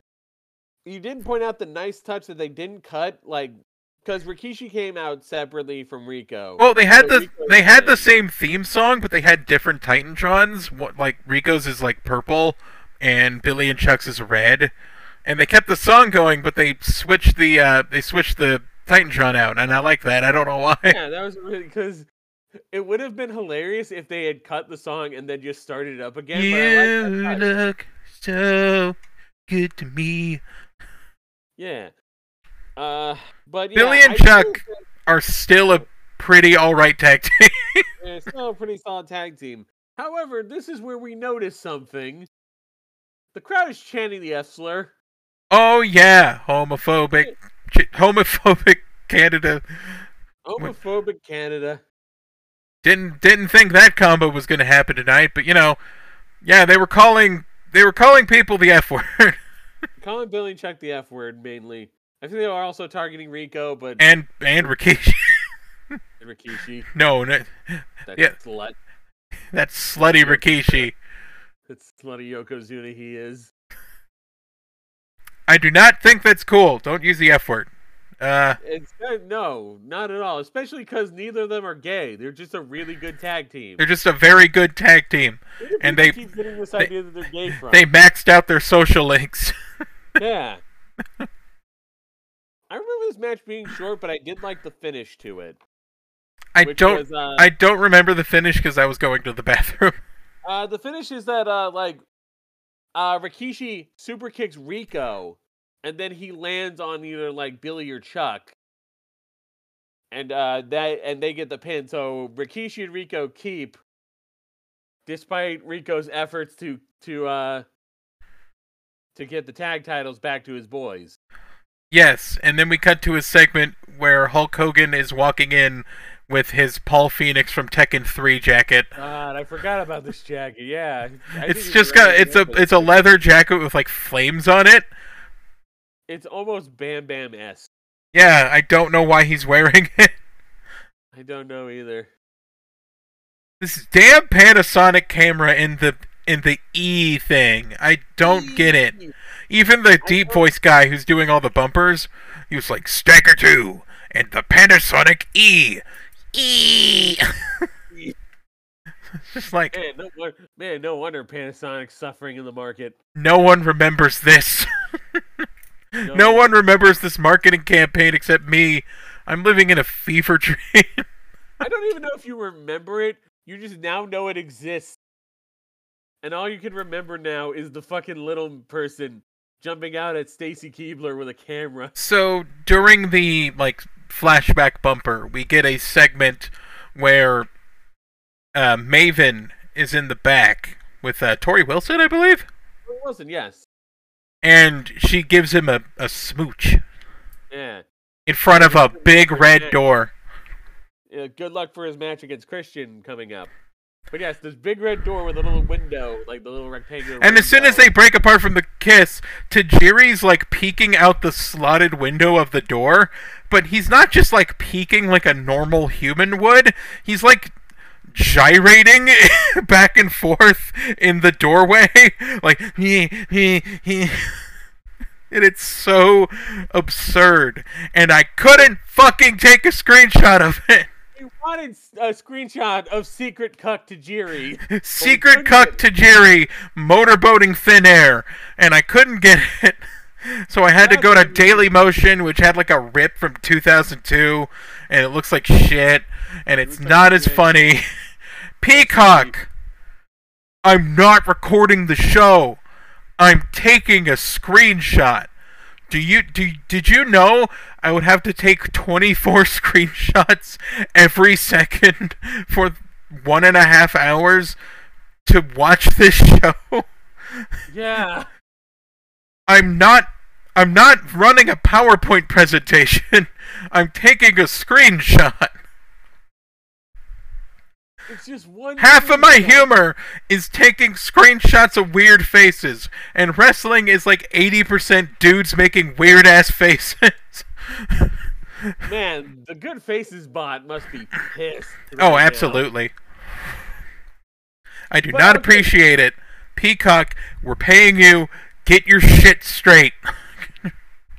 B: You did point out the nice touch that they didn't cut, like, because Rikishi came out separately from Rico.
A: Well, they had the
B: So Rico's
A: they had the
B: is-
A: same theme song, but they had different Titantrons. What like Rico's is like purple, and Billy and Chuck's is red, and they kept the song going, but they switched the uh, they switched the Titantron out, and I like that. I don't know why.
B: yeah, that was really because it would have been hilarious if they had cut the song and then just started it up again. but I like
A: you
B: that touch.
A: look so good to me.
B: yeah. Uh, but yeah,
A: Billy and
B: I do
A: Chuck-
B: think-
A: Are still a pretty all right tag team.
B: It's still a pretty solid tag team. However, this is where we notice something. The crowd is chanting the F slur.
A: oh yeah, homophobic, ch- homophobic Canada.
B: Homophobic Canada.
A: didn't didn't think that combo was going to happen tonight, but you know, yeah, they were calling they were calling people the F word
B: Colin Billy and Chuck the F word mainly. I think they are also targeting Rico, but
A: and and Rikishi.
B: Rikishi.
A: No, no
B: That
A: Yeah.
B: slut.
A: that's slutty Rikishi.
B: That slutty Yokozuna he is.
A: I do not think that's cool. Don't use the F word. Uh,
B: It's, uh, no, not at all. Especially because neither of them are gay. They're just a really good tag team.
A: they're just a very good tag team.
B: Where do
A: and
B: people
A: they-
B: keep getting this
A: they-
B: idea that they're gay from.
A: They maxed out their social links.
B: Yeah. I remember this match being short, but I did like the finish to it.
A: I
B: which
A: don't
B: Was, uh,
A: I don't remember the finish because I was going to the bathroom.
B: uh, the finish is that uh, like uh, Rikishi super kicks Rico, and then he lands on either like Billy or Chuck, and uh, that and they get the pin. So Rikishi and Rico keep, despite Rico's efforts to to uh to get the tag titles back to his boys.
A: Yes, and then we cut to a segment where Hulk Hogan is walking in with his Paul Phoenix from Tekken 3 jacket.
B: God, I forgot about this jacket. Yeah, I think
A: It's
B: you're
A: just
B: right,
A: got
B: it
A: it's a
B: was.
A: it's a leather jacket with like flames on it.
B: it's almost Bam Bam esque.
A: Yeah, I don't know why he's wearing it.
B: I don't know either.
A: This damn Panasonic camera in the in the E thing. I
B: E
A: don't get it. Even the deep voice guy who's doing all the bumpers, he was like Stagger 2 and the Panasonic E. E. just like
B: Man, no wonder, man, no wonder Panasonic's suffering in the market.
A: no one remembers this.
B: No,
A: No one remembers this marketing campaign except me. I'm living in a fever dream.
B: I don't even know if you remember it. You just now know it exists. And all you can remember now is the fucking little person jumping out at Stacy Keebler with a camera.
A: so during the like flashback bumper, we get a segment where uh, Maven is in the back with uh, Tori Wilson, I believe,
B: It wasn't, yes.
A: and she gives him a, a smooch
B: Yeah.
A: in front of a big red door.
B: Uh, good luck for his match against Christian coming up. But yes, this big red door with a little window, like the little rectangular.
A: And as soon as they
B: window.
A: break apart from the kiss, Tajiri's like peeking out the slotted window of the door, but he's not just like peeking like a normal human would. He's like gyrating back and forth in the doorway, like he he he. And it's so absurd, and I couldn't fucking take a screenshot of it.
B: we wanted s- a screenshot of Secret Cuck Tajiri.
A: Secret
B: couldn't
A: cuck to Jerry, motorboating thin air, and I couldn't get it. So I had to go to
B: That's amazing.
A: Daily Motion, which had like a rip from 2002, and it looks like shit, and it's
B: looks like
A: not as
B: shit.
A: funny. Peacock, I'm not recording the show. I'm taking a screenshot. Do you do? Did you know I would have to take 24 screenshots every second for one and a half hours to watch this show?
B: yeah.
A: I'm not. I'm not running a PowerPoint presentation. I'm taking a screenshot.
B: It's just one.
A: Half of my
B: screenshot.
A: humor is taking screenshots of weird faces, and wrestling is like 80% dudes making weird ass faces.
B: Man, the good faces bot must be pissed. right
A: Oh,
B: now.
A: absolutely. I do
B: But
A: not
B: okay.
A: appreciate it. Peacock, we're paying you. Get your shit straight.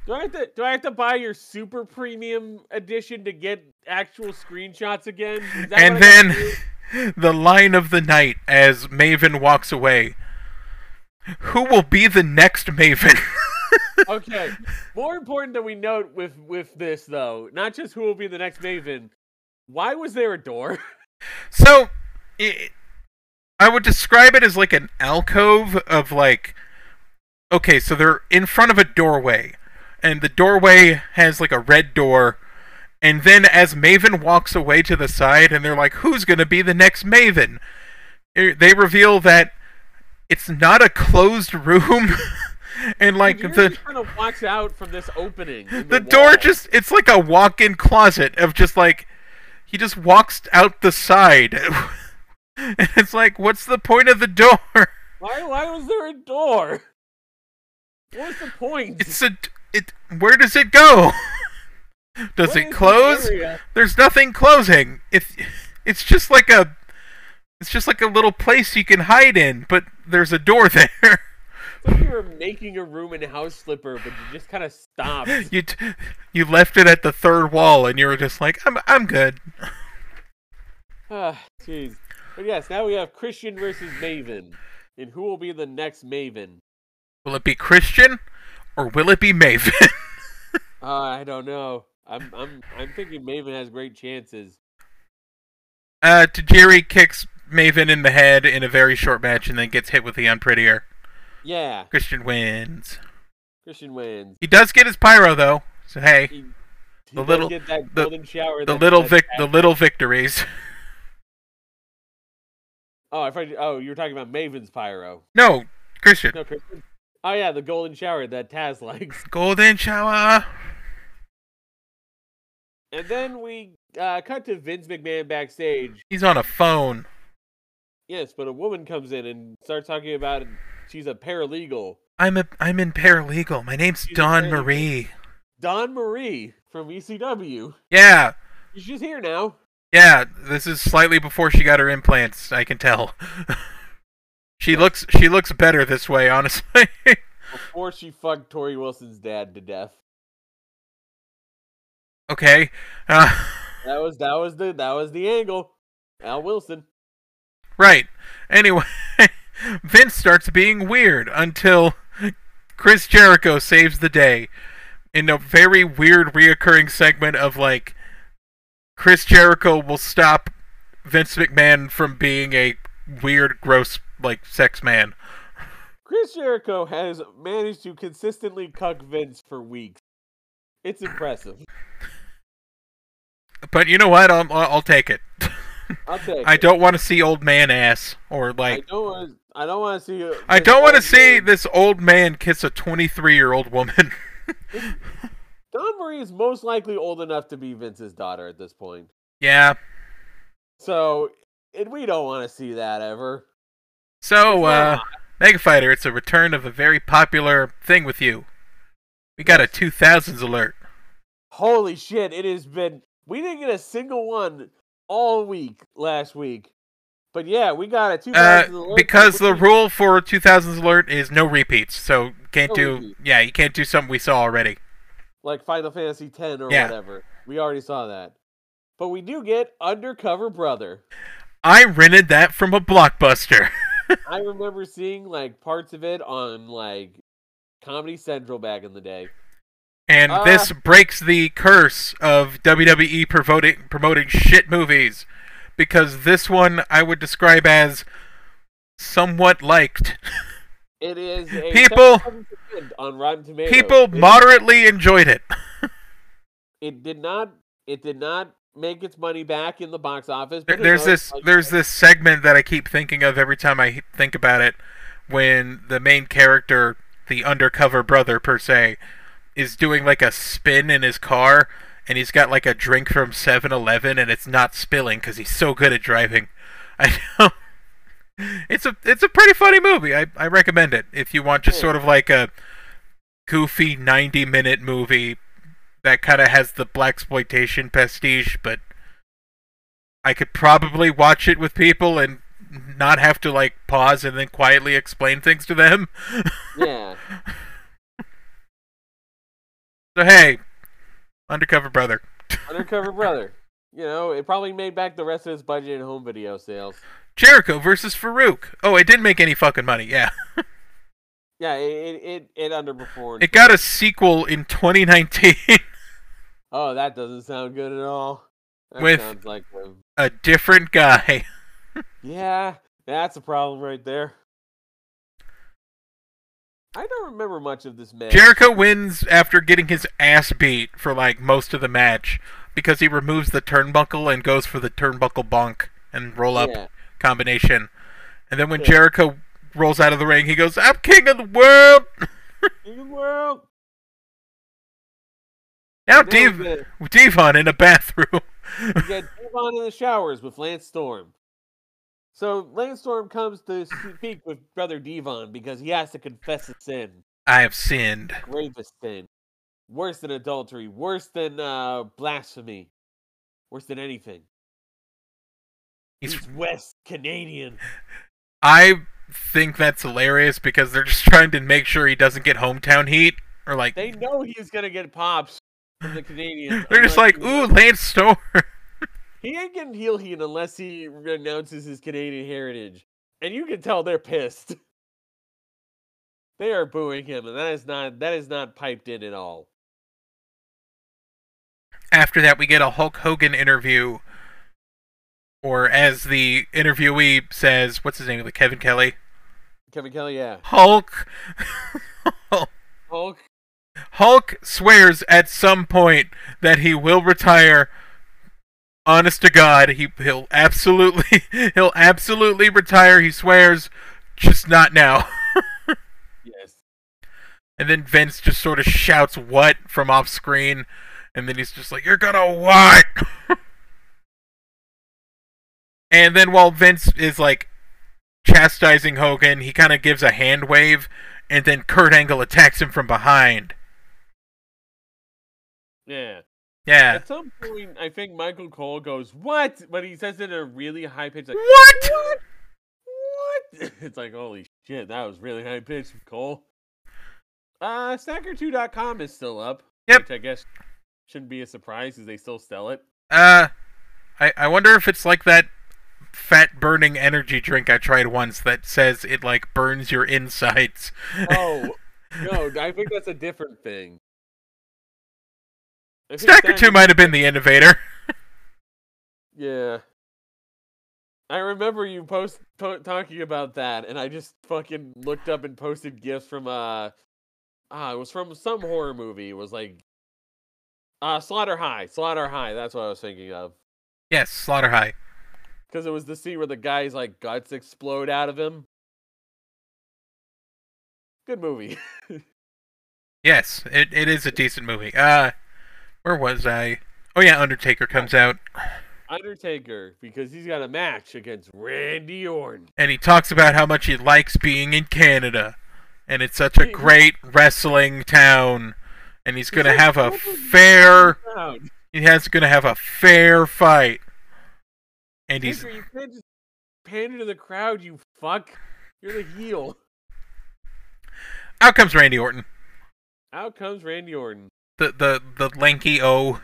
B: Do I have to do I have to buy your super premium edition to get actual screenshots again? Is that what I
A: and
B: gotta
A: then
B: do?
A: the line of the night as Maven walks away. Who will be the next Maven?
B: okay. More important that we note with with this though, not just who will be the next Maven. Why was there a door?
A: So, i I would describe it as like an alcove of like, okay, so they're in front of a doorway, and the doorway has like a red door, and then as Maven walks away to the side, and they're like, who's gonna be the next Maven? Eh, They reveal that it's not a closed room, and like
B: You're
A: the
B: kind of walks out from this opening. in
A: the door
B: wall.
A: just it's like a walk-in closet of just like he just walks out the side and it's like what's the point of the door
B: Why why was there a door? What was the point?
A: it's a it where does it go does
B: What is
A: it
B: this
A: close
B: area?
A: there's nothing closing if it's just like a it's just like a little place you can hide in but there's a door there
B: It's like you were making a room in House Flipper, but you just kind of stopped.
A: you t- you left it at the third wall and you were just like i'm i'm good
B: Ah, jeez. But yes, now we have Christian versus Maven, and who will be the next Maven?
A: will it be christian or will it be maven
B: Uh, I don't know. I'm I'm I'm thinking Maven has great chances.
A: Uh, Tajiri kicks Maven in the head in a very short match and then gets hit with the unprettier.
B: Yeah,
A: Christian wins.
B: Christian wins.
A: He does get his pyro though, so hey,
B: He, he
A: The
B: does
A: little-
B: get that
A: the-
B: golden shower.
A: the
B: that-
A: little
B: that
A: vic,
B: Pat-
A: the little victories.
B: Oh, I forgot. Oh, you were talking about Maven's pyro.
A: No, Christian.
B: No, Chris. Oh yeah, the golden shower that Taz likes.
A: Golden shower.
B: And then we uh, cut to Vince McMahon backstage.
A: He's on a phone.
B: Yes, but a woman comes in and starts talking about she's a paralegal.
A: I'm a I'm in paralegal. My name's
B: She's a
A: Dawn
B: paralegal.
A: Marie.
B: Don Marie from E ECW.
A: Yeah,
B: She's here now.
A: yeah. This is slightly before she got her implants. I can tell. she looks she looks better this way, honestly.
B: Before she fucked Tori Wilson's dad to death.
A: okay. Uh,
B: That was that was the that was the angle. Al Wilson.
A: right. Anyway, Vince starts being weird until Chris Jericho saves the day in a very weird reoccurring segment of like Chris Jericho will stop Vince McMahon from being a weird, gross, like sex man.
B: Chris Jericho has managed to consistently cuck Vince for weeks. It's impressive.
A: But you know what? I'll, I'll I'll take it.
B: I'll take
A: I
B: it.
A: don't want to see old man ass or
B: I
A: like
B: don't want. I don't want to see. uh, a-
A: I
B: this
A: don't want to
B: old
A: see
B: man-
A: this old man kiss a 23-year-old woman.
B: Don Marie is most likely old enough to be Vince's daughter at this point.
A: yeah.
B: So, and we don't want to see that ever.
A: So uh
B: not.
A: Mega Fighter, it's a return of a very popular thing with you. We got a 2000s alert.
B: Holy shit! It has been. We didn't get a single one all week last week, but yeah, we got a two. passes
A: Uh,
B: alert.
A: because the rule for 2000s alert is no repeats. So can't
B: No
A: do
B: repeats.
A: yeah, you can't do something we saw already.
B: like Final Fantasy X or
A: Yeah.
B: whatever. We already saw that. But we do get Undercover Brother.
A: I rented that from a blockbuster.
B: I remember seeing like parts of it on like Comedy Central back in the day.
A: And
B: Ah.
A: this breaks the curse of WWE promoting promoting shit movies because this one I would describe as somewhat liked.
B: It is a
A: People-
B: 77% on Rotten Tomatoes.
A: People
B: It-
A: moderately enjoyed it.
B: it did not it did not make its money back in the box office.
A: There-
B: But who
A: There's
B: knows?
A: this
B: Like,
A: there's this segment that I keep thinking of every time I he- think about it when the main character, the undercover brother per se, is doing like a spin in his car and he's got like a drink from 7-Eleven and it's not spilling cuz he's so good at driving. I know. It's a it's a pretty funny movie. I I recommend it if you want just
B: Yeah.
A: sort of like a goofy 90 minute movie that kind of has the black exploitation prestige, but I could probably watch it with people and not have to like pause and then quietly explain things to them.
B: Yeah.
A: So hey, undercover brother.
B: Undercover Brother. You know, it probably made back the rest of its budget in home video sales.
A: Jericho versus Farouk. Oh, it didn't make any fucking money. Yeah.
B: Yeah, it it, it, it underperformed.
A: It got a sequel in 2019,
B: Oh, that doesn't sound good at all. That
A: With-
B: sounds like a-
A: a different guy.
B: yeah, that's a problem right there. I don't remember much of this match.
A: Jericho wins after getting his ass beat for like most of the match because he removes the turnbuckle and goes for the turnbuckle bonk and roll up
B: Yeah.
A: combination. And then when
B: Yeah.
A: Jericho rolls out of the ring, he goes, "I'm king of the world."
B: King of the world.
A: Now
B: Now we
A: Div-
B: get,
A: Devon in a bathroom.
B: we get Devon in the showers with Lance Storm. So Lance Storm comes to speak with Brother Devon because he has to confess his sin,
A: I have sinned.
B: gravest sin, worse than adultery, worse than uh, blasphemy, worse than anything.
A: He's
B: He's West Canadian.
A: I think that's hilarious because they're just trying to make sure he doesn't get hometown heat or like
B: They know he's gonna get pops from the Canadians.
A: they're just like,
B: unless he-
A: "Ooh, Lance Storm."
B: He ain't getting heel heat unless he renounces his Canadian heritage. And you can tell they're pissed. They are booing him, and that is not that is not piped in at all.
A: After that, we get a Hulk Hogan interview or as the interviewee says, what's his name? The Kevin Kelly.
B: Kevin Kelly, yeah.
A: Hulk
B: Hulk,
A: Hulk swears at some point that he will retire honest to God, he he'll absolutely he'll absolutely retire. He swears, just not now.
B: Yes.
A: And then Vince just sort of shouts "What" from off screen, and then he's just like, "You're gonna what?" and then while Vince is like chastising Hogan, he kind of gives a hand wave, and then Kurt Angle attacks him from behind.
B: Yeah.
A: Yeah.
B: At some point, I think Michael Cole goes, "What?" But he says it in a really high pitch, like,
A: What?
B: "What?" It's like, holy shit, that was really high pitched, Cole. Uh, Snacker2.com is still up.
A: Yep.
B: Which I guess shouldn't be a surprise, because they still sell it.
A: Uh, I I wonder if it's like that fat burning energy drink I tried once that says it like burns your insides.
B: Oh no, I think that's a different thing. I think
A: Stacker
B: Snacker-
A: Two might have been the innovator.
B: Yeah. I remember you post to- talking about that, and I just fucking looked up and posted gifs from uh, ah, it was from some horror movie. It was like, uh, Slaughter High, Slaughter High. That's what I was thinking of,
A: Yes, Slaughter High.
B: because it was the scene where the guy's like guts explode out of him. Good movie.
A: Yes, it, it is a decent movie. Uh, where was I? Oh yeah, Undertaker comes out
B: Undertaker, because he's got a match against Randy Orton.
A: and he talks about how much he likes being in Canada, and it's such a great wrestling town, and he's gonna have a fair.
B: Proud.
A: He has gonna have a fair fight, and he's
B: Taker, you can't just pander to the crowd, you fuck. You're the heel.
A: out comes Randy Orton,
B: Out comes Randy Orton.
A: the the the lanky O.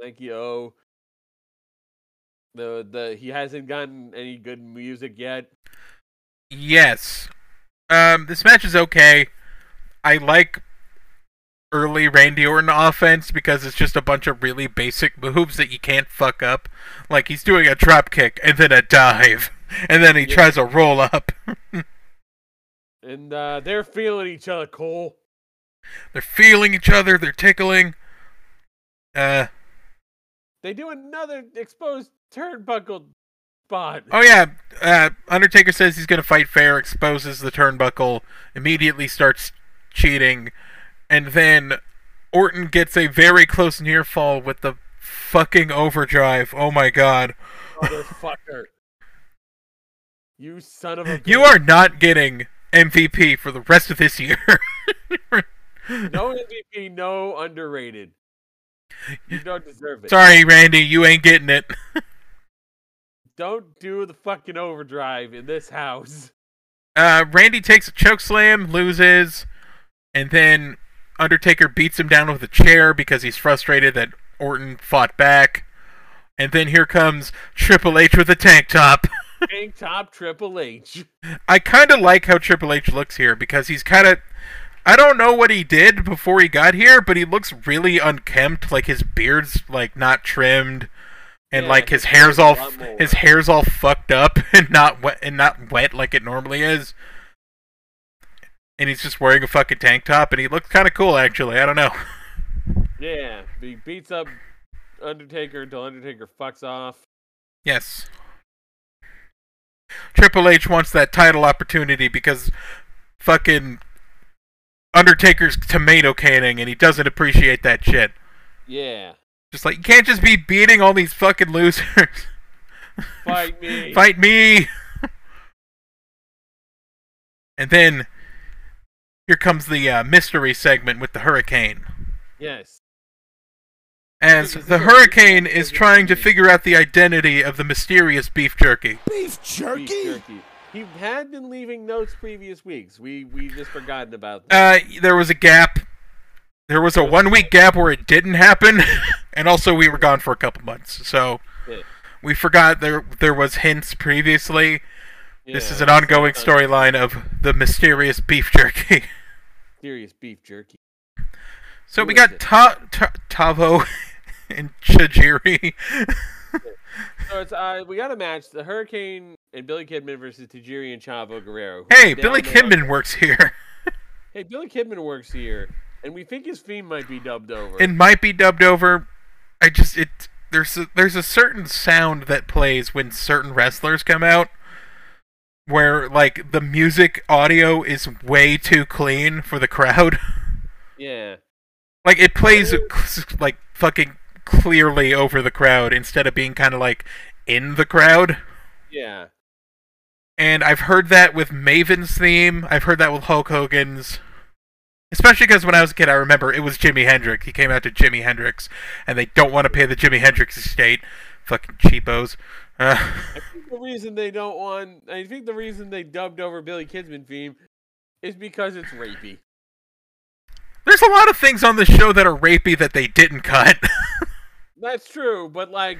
B: Lanky O. The the he hasn't gotten any good music yet.
A: Yes, um, this match is okay. I like early Randy Orton offense because it's just a bunch of really basic moves that you can't fuck up. Like he's doing a drop kick and then a dive, and then he
B: Yeah.
A: tries a roll up.
B: And uh they're feeling each other, Cole.
A: They're feeling each other. They're tickling. Uh
B: They do another exposed turnbuckle spot.
A: oh yeah. Uh, Undertaker says he's gonna fight fair. Exposes the turnbuckle. Immediately starts cheating, and then Orton gets a very close near fall with the fucking overdrive. Oh my god.
B: Motherfucker. you son of a bitch.
A: You are not getting MVP for the rest of this year.
B: no MVP, no underrated. You don't deserve it.
A: Sorry, Randy, you ain't getting it.
B: Don't do the fucking overdrive in this house.
A: Uh, Randy takes a choke slam, loses, and then Undertaker beats him down with a chair because he's frustrated that Orton fought back. And then here comes Triple H with a tank top.
B: Tank top Triple H.
A: I kind of like how Triple H looks here because he's kind of. I don't know what he did before he got here, but he looks really unkempt. Like his beard's like not trimmed, and
B: Yeah,
A: like his
B: his
A: hair's
B: beard's a
A: all
B: lot more
A: his
B: wet.
A: hair's all fucked up and not wet and not wet like it normally is. And he's just wearing a fucking tank top, and he looks kind of cool actually. I don't know.
B: Yeah, he beats up Undertaker until Undertaker fucks off.
A: Yes. Triple H wants that title opportunity because fucking Undertaker's tomato canning and he doesn't appreciate that shit.
B: Yeah,
A: Just like you can't just be beating all these fucking losers.
B: fight me.
A: Fight me. and then here comes the uh, mystery segment with the hurricane.
B: Yes,
A: As
B: This is
A: the
B: a-
A: hurricane
B: this is
A: is
B: a-
A: trying to figure out the identity of the mysterious beef jerky.
C: Beef
B: beef jerky. He had been leaving notes previous weeks. We we just forgotten about that.
A: uh, there was a gap. There was a one week gap where it didn't happen, and also we were gone for a couple months, so
B: Yeah.
A: we forgot there there was hints previously. This
B: Yeah,
A: is an ongoing
B: it's not
A: storyline of the mysterious beef jerky.
B: Serious beef jerky.
A: So
B: Who
A: we
B: is
A: got
B: it?
A: ta- ta- Tavo and Chajiri.
B: So it's uh, we got a match: the Hurricane and Billy Kidman versus Tajiri and Chavo Guerrero. who
A: Hey,
B: are
A: Billy
B: down there.
A: Kidman works here.
B: Hey, Billy Kidman works here, and we think his theme might be dubbed over.
A: It might be dubbed over. I just it there's a, there's a certain sound that plays when certain wrestlers come out where like the music audio is way too clean for the crowd.
B: Yeah.
A: Like it plays like fucking clearly over the crowd instead of being kind of like in the crowd.
B: Yeah.
A: And I've heard that with Maven's theme. I've heard that with Hulk Hogan's. Especially because when I was a kid, I remember it was Jimi Hendrix. He came out to Jimi Hendrix, and they don't want to pay the Jimi Hendrix estate. Fucking cheapos. Uh,
B: I think the reason they don't want, I think the reason they dubbed over Billy Kidman theme is because it's rapey.
A: there's a lot of things on this show that are rapey that they didn't cut.
B: That's true, but like,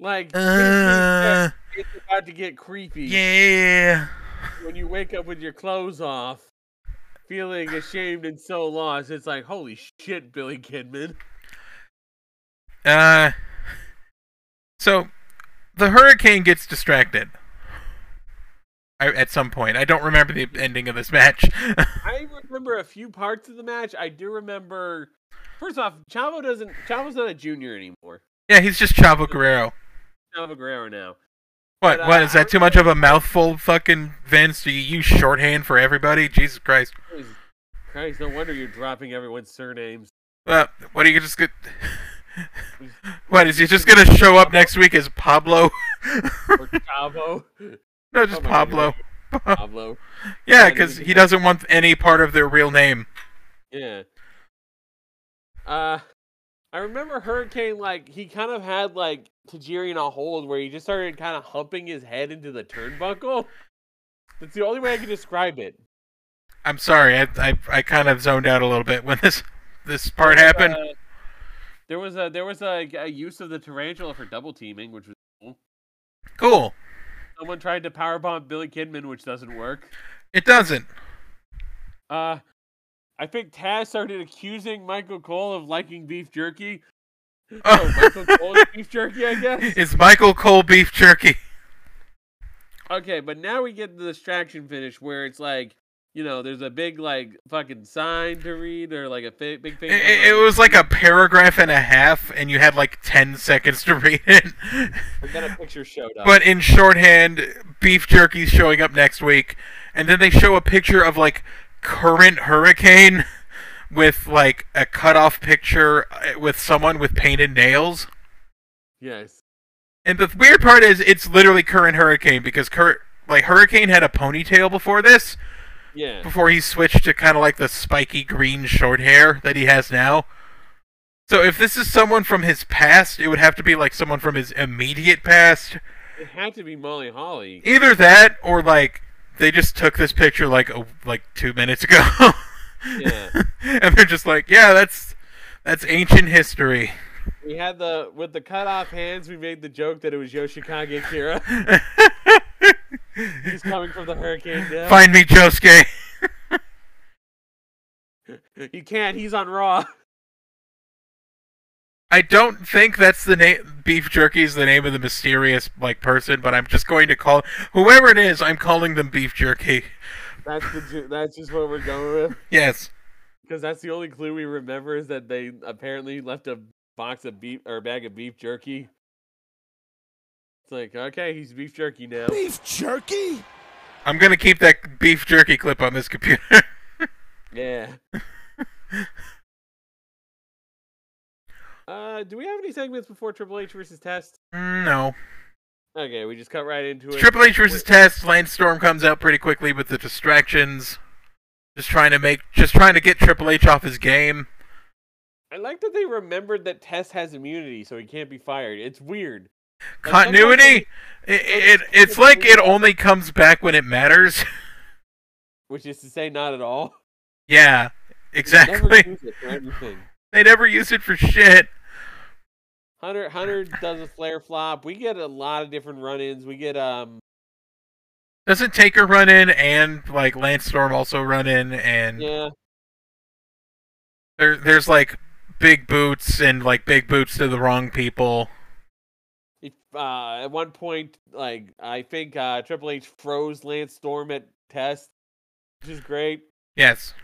B: like
A: Uh,
B: it's about to get creepy
A: yeah.
B: when you wake up with your clothes off, feeling ashamed and so lost. It's like, holy shit, Billy Kidman.
A: Uh, so the hurricane gets distracted. I, at some point, I don't remember the ending of this match.
B: I remember a few parts of the match. I do remember. First off, Chavo doesn't. Chavo's not a junior anymore.
A: yeah, he's just Chavo Guerrero.
B: Chavo Guerrero now.
A: What?
B: But, uh,
A: what is
B: I
A: that? Too much of a mouthful, fucking Vince? Do you use shorthand for everybody? Jesus Christ!
B: Jesus Christ, no wonder you're dropping everyone's surnames.
A: Uh, what are you just gonna? what is he just gonna show up next week as Pablo?
B: Or Chavo.
A: no, just
B: Oh my
A: Pablo.
B: God, Pablo.
A: Yeah,
B: Yeah,
A: because
B: they-
A: he doesn't want any part of their real name.
B: Yeah. Uh, I remember Hurricane like he kind of had like Tajiri in a hold where he just started kind of humping his head into the turnbuckle. That's the only way I can describe it.
A: I'm sorry, I, I I kind of zoned out a little bit when this this part happened.
B: Uh, there was a there was a, a use of the tarantula for double teaming, which was
A: Cool.
B: someone tried to powerbomb Billy Kidman, which doesn't work.
A: It doesn't.
B: Uh, I think Taz started accusing Michael Cole of liking beef jerky. Oh, Michael Cole's beef jerky, I guess.
A: It's Michael Cole beef jerky.
B: Okay, but now we get the distraction finish where it's like, you know, there's a big like fucking sign to read or like a fa- big thing.
A: It, it- it was like a paragraph and a half, and you had like ten seconds to read it.
B: And then a picture showed up.
A: But in shorthand, beef jerky's showing up next week, and then they show a picture of like current hurricane with like a cutoff picture uh, with someone with painted nails.
B: yes,
A: And the weird part is, it's literally current Hurricane because current like Hurricane had a ponytail before this,
B: yeah,
A: before he switched to kind of like the spiky green short hair that he has now. So if this is someone from his past, it would have to be like someone from his immediate past.
B: it had to be Molly Holly.
A: Either that, or like they just took this picture like a, like two minutes ago,
B: Yeah,
A: and they're just like, yeah, that's that's ancient history.
B: we had the with the cut off hands. We made the joke that it was Yoshikage Kira. He's coming from the hurricane. Now.
A: Find me Josuke.
B: You can't. He's on Raw.
A: I don't think that's the name. Beef jerky is the name of the mysterious like person, but I'm just going to call whoever it is. I'm calling them beef jerky.
B: That's the. ju- That's just what we're going with.
A: Yes,
B: Because that's the only clue we remember is that they apparently left a box of beef or a bag of beef jerky. It's like, okay, he's beef jerky now.
C: Beef jerky?
A: I'm gonna keep that beef jerky clip on this computer.
B: Yeah. uh, do we have any segments before Triple H versus Test?
A: Mm, no,
B: Okay, we just cut right into it.
A: Triple H versus Test. Landstorm comes out pretty quickly with the distractions, just trying to make, just trying to get Triple H off his game.
B: I like that they remembered that Test has immunity, so he can't be fired. It's weird. Like, sometimes
A: Continuity.
B: when-
A: It, it it's like it only comes back when it matters.
B: Which is to say, not at all.
A: yeah,
B: They never
A: exactly.
B: use it for everything.
A: They never use it for shit.
B: Hunter Hunter does a flare flop. We get a lot of different run-ins. We get um
A: Doesn't Taker run in and like Lance Storm also run in and
B: yeah
A: there there's like big boots and like big boots to the wrong people.
B: if, uh, at one point like I think uh, Triple H froze Lance Storm at test, which is great.
A: Yes.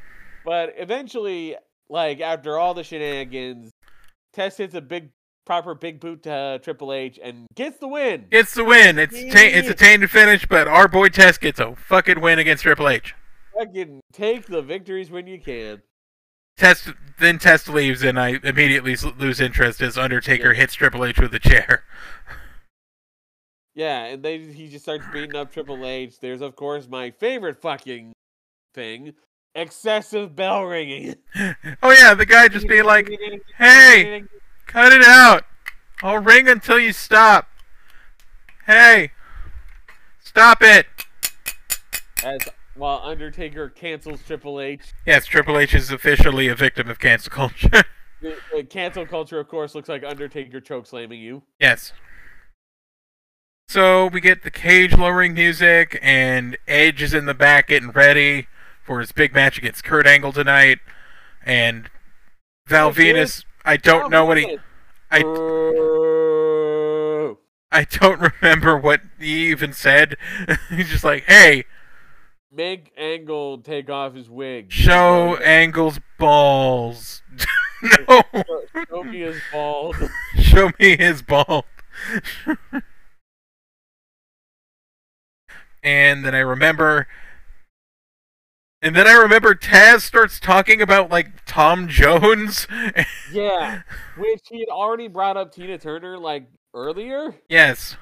B: But eventually, like after all the shenanigans, Test hits a big proper big boot to Triple H and gets the win.
A: Gets the win. It's ta- it's a tainted finish, but our boy Test gets a fucking win against Triple H.
B: Fucking take the victories when you can.
A: Test then Test leaves, and I immediately s- lose interest as Undertaker
B: Yeah.
A: hits Triple H with a chair.
B: Yeah, and they he just starts beating up Triple H. There's of course my favorite fucking thing, excessive bell ringing.
A: Oh yeah, the guy just being like, "Hey, cut it out! I'll ring until you stop. Hey, stop it!"
B: as while Undertaker cancels Triple H.
A: Yes, Triple H is officially a victim of cancel culture.
B: The, the cancel culture, of course, looks like Undertaker choke slamming you.
A: Yes. So we get the cage lowering music, and Edge is in the back getting ready for his big match against Kurt Angle tonight. And Val
B: Oh, dude.
A: Venus, I
B: Oh,
A: don't know what he, I-
B: I.
A: I don't remember what he even said. He's just like, "Hey,
B: Make Angle take off his wig.
A: show Angle's balls." no,
B: Show me his balls.
A: show me his ball. and then I remember. And then I remember Taz starts talking about like Tom Jones.
B: Yeah, which he had already brought up Tina Turner like earlier.
A: yes,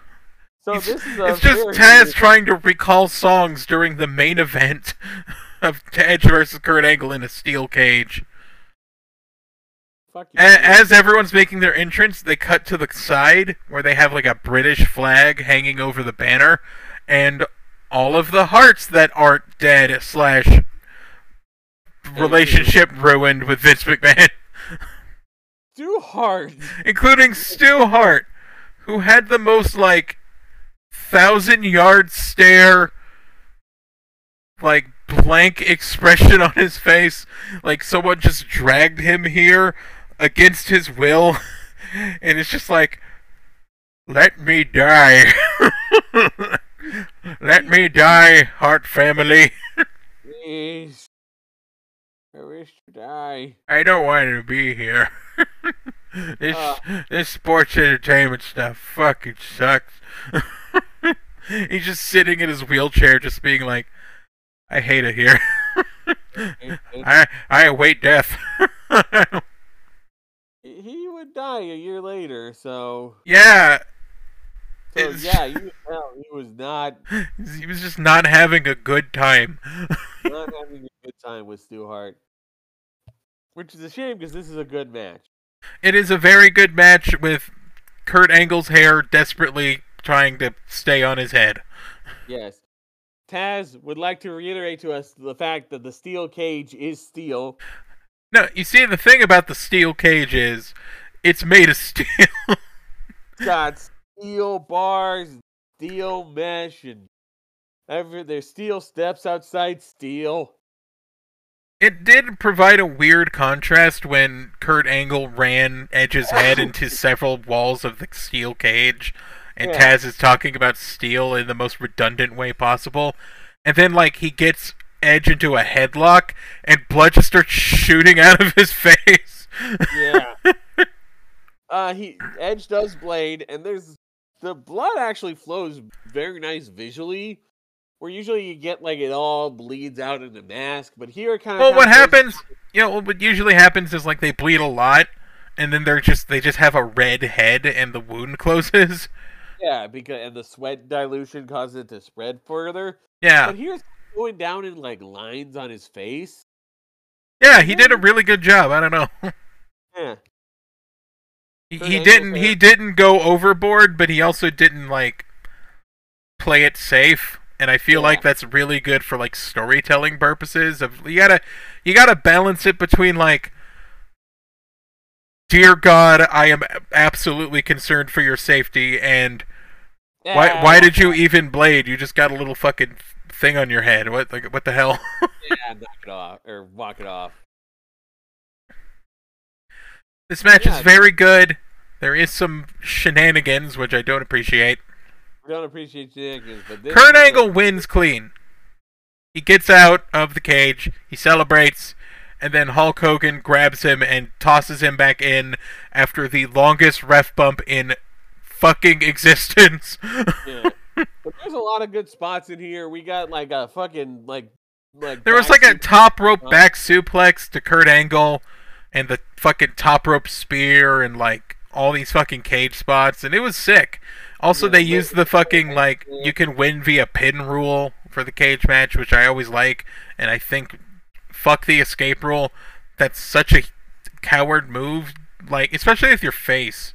B: So
A: it's,
B: this is a
A: it's just
B: very-
A: Taz trying to recall songs during the main event of Edge versus Kurt Angle in a steel cage.
B: Fuck you.
A: A- as everyone's making their entrance, they cut to the side where they have like a British flag hanging over the banner, and all of the hearts that aren't dead slash relationship ruined with Vince McMahon,
B: too hard.
A: including Stu Hart, who had the most like thousand yard stare, like blank expression on his face, like someone just dragged him here against his will, and it's just like, let me die. Let me die, Hart family.
B: Jeez. I wish to die.
A: I don't want to be here. this this sports entertainment stuff fucking sucks. He's just sitting in his wheelchair, just being like, "I hate it here.
B: It- it-
A: I I await death."
B: he would die a year later, so
A: yeah,
B: so
A: It's-
B: yeah, you could tell he was not
A: he was just not having a good time.
B: not having a good time with Stu Hart, which is a shame because this is a good match.
A: It is a very good match with Kurt Angle's hair desperately trying to stay on his head.
B: Yes, Taz would like to reiterate to us the fact that the steel cage is steel.
A: No, you see, the thing about the steel cage is it's made of steel.
B: It's got steel bars, steel mesh, and every there's steel steps outside steel.
A: It did provide a weird contrast when Kurt Angle ran Edge's head into several walls of the steel cage, and
B: Yeah.
A: Taz is talking about steel in the most redundant way possible. And then, like, he gets Edge into a headlock, and blood just starts shooting out of his face.
B: Yeah. uh, he Edge does blade, and there's the blood actually flows very nice visually. Where usually you get like it all bleeds out in the mask, but here it kind of.
A: well, what happens? You know, what usually happens is like they bleed a lot, and then they're just they just have a red head, and the wound closes.
B: Yeah, because and the sweat dilution causes it to spread further.
A: Yeah,
B: But here's going down in like lines on his face.
A: yeah, he did a really good job. I don't know.
B: Yeah.
A: He-
B: Kurt
A: he
B: Angle
A: didn't
B: said-
A: he didn't go overboard, but he also didn't like play it safe. And I feel
B: Yeah.
A: like that's really good for like storytelling purposes. Of you gotta you gotta balance it between like, dear God, I am a- absolutely concerned for your safety, and why why did you even blade? You just got a little fucking thing on your head. What like what the hell?
B: Yeah, knock it off or walk it off.
A: this match
B: Yeah.
A: is very good. There is some shenanigans which I don't appreciate.
B: We don't appreciate shenanigans, but this
A: Kurt
B: is a-
A: Angle wins clean. He gets out of the cage. He celebrates, and then Hulk Hogan grabs him and tosses him back in after the longest ref bump in fucking existence.
B: Yeah. but there's a lot of good spots in here. We got like a fucking like like
A: There was like
B: back
A: a
B: seat-
A: top rope back suplex to Kurt Angle and the fucking top rope spear and like all these fucking cage spots and it was sick. Also
B: Yeah,
A: they
B: but-
A: used the fucking like you can win via pin rule for the cage match, which I always like and I think fuck the escape rule. That's such a coward move like especially with your face.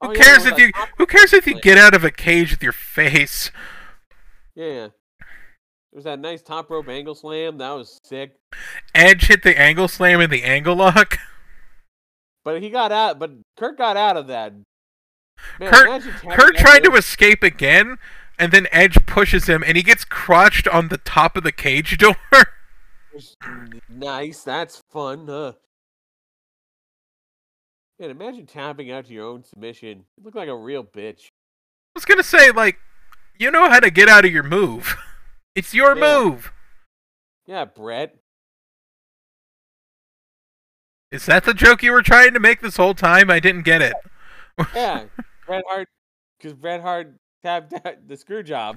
A: Who
B: Oh, yeah,
A: cares
B: with
A: if
B: that
A: you
B: top-
A: who cares if you
B: like-
A: get out of a cage with your face?
B: Yeah. yeah. There's that nice top rope angle slam. That was sick.
A: Edge hit the angle slam and the angle lock.
B: But he got out. But Kurt got out of that. Man,
A: Kurt-
B: imagine tapping
A: Kurt
B: out
A: tried
B: there.
A: to escape again, and then Edge pushes him, and he gets crotched on the top of the cage door.
B: Nice. That's fun. Huh? Man, imagine tapping out to your own submission. You look like a real bitch.
A: I was gonna say, like, you know how to get out of your move. It's your
B: Yeah.
A: move.
B: Yeah, Brett.
A: Is that the joke you were trying to make this whole time? I didn't get it.
B: Yeah, Bret Hart. Because Bret Hart tapped out the screw job.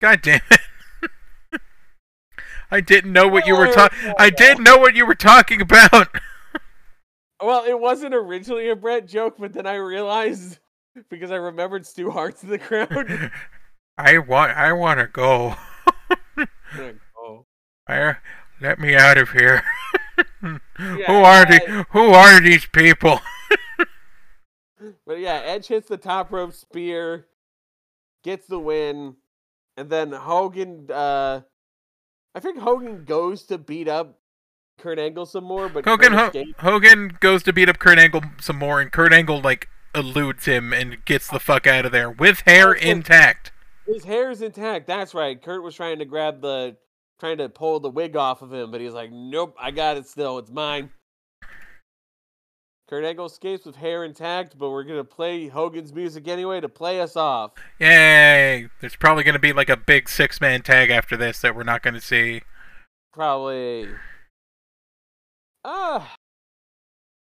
A: God damn it. I didn't know what you were
B: Oh,
A: talking. I did know what you were talking about.
B: Well, it wasn't originally a Brett joke, but then I realized because I remembered Stu Hart's in the crowd.
A: I want. I want to go.
B: I'm like, oh.
A: I, let me out of here. who
B: Yeah,
A: are
B: yeah.
A: the, Who are these people?
B: But yeah, Edge hits the top rope spear, gets the win, and then Hogan. Uh, I think Hogan goes to beat up Kurt Angle some more, but
A: Hogan
B: Kurt
A: Ho-
B: escapes.
A: Hogan goes to beat up Kurt Angle some more, and Kurt Angle like eludes him and gets the fuck out of there with hair
B: Okay.
A: intact.
B: his hair's intact. That's right. Kurt was trying to grab the, trying to pull the wig off of him, but he's like, "Nope, I got it still. It's mine." Kurt Angle escapes with hair intact, but we're gonna play Hogan's music anyway to play us off.
A: Yay! There's probably gonna be like a big six man tag after this that we're not gonna see.
B: Probably. Ah,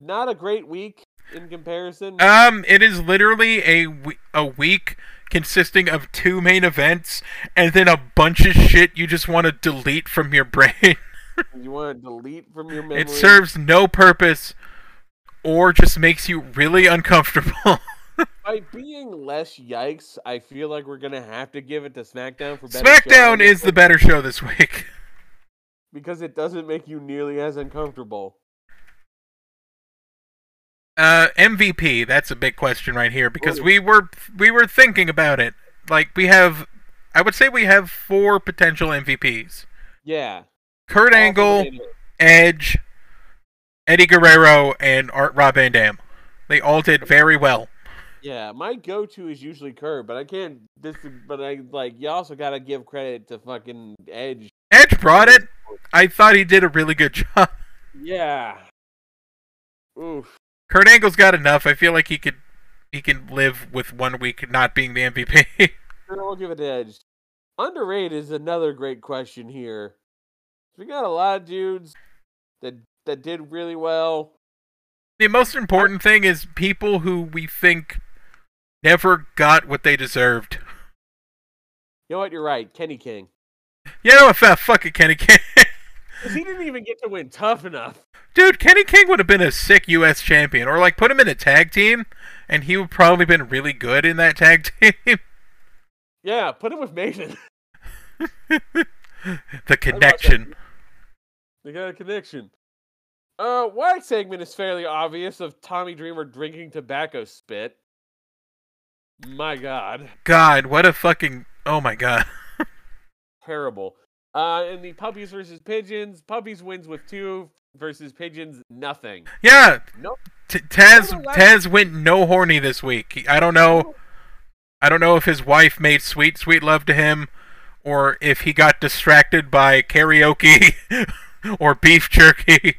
B: not a great week in comparison.
A: Um, it is literally a we- a week consisting of two main events and then a bunch of shit you just want to delete from your brain.
B: you want to delete from your memory?
A: it serves no purpose or just makes you really uncomfortable.
B: By being less yikes, I feel like we're gonna have to give it to SmackDown for better show on
A: SmackDown
B: this
A: is the
B: one.
A: better show this week.
B: because it doesn't make you nearly as uncomfortable.
A: Uh, MVP. That's a big question right here because
B: Ooh.
A: we were we were thinking about it. Like we have, I would say we have four potential MVPs:
B: Yeah.
A: Kurt
B: All
A: Angle,
B: related.
A: Edge, Eddie Guerrero, and Art Rob Van Dam. They all did very well.
B: Yeah, my go-to is usually Kurt, but I can't. This, but I like you also gotta give credit to fucking Edge.
A: Edge brought it. I thought he did a really good job.
B: Yeah. Oof.
A: Kurt Angle's got enough. I feel like he could he can live with one week not being the MVP.
B: I'll give it to Edge. Underrated is another great question here. We got a lot of dudes that that did really well.
A: The most important thing is people who we think never got what they deserved.
B: You know what? You're right. Kenny King.
A: You know, if uh, fuck it, Kenny King.
B: 'Cause He didn't even get to win tough enough.
A: Dude, Kenny King would have been a sick U.S. champion, or like put him in a tag team, and he would probably been really good in that tag team.
B: Yeah, put him with Mason.
A: the connection.
B: They got a connection. Uh, why segment is fairly obvious of Tommy Dreamer drinking tobacco spit. My God,
A: God, what a fucking oh my god.
B: terrible. Uh, and the puppies versus pigeons. Puppies wins with two versus pigeons nothing.
A: Yeah,
B: Nope.
A: T- Taz
B: What a lack-
A: Taz went no horny this week. He- I don't know. I don't know if his wife made sweet sweet love to him, or if he got distracted by karaoke or beef jerky.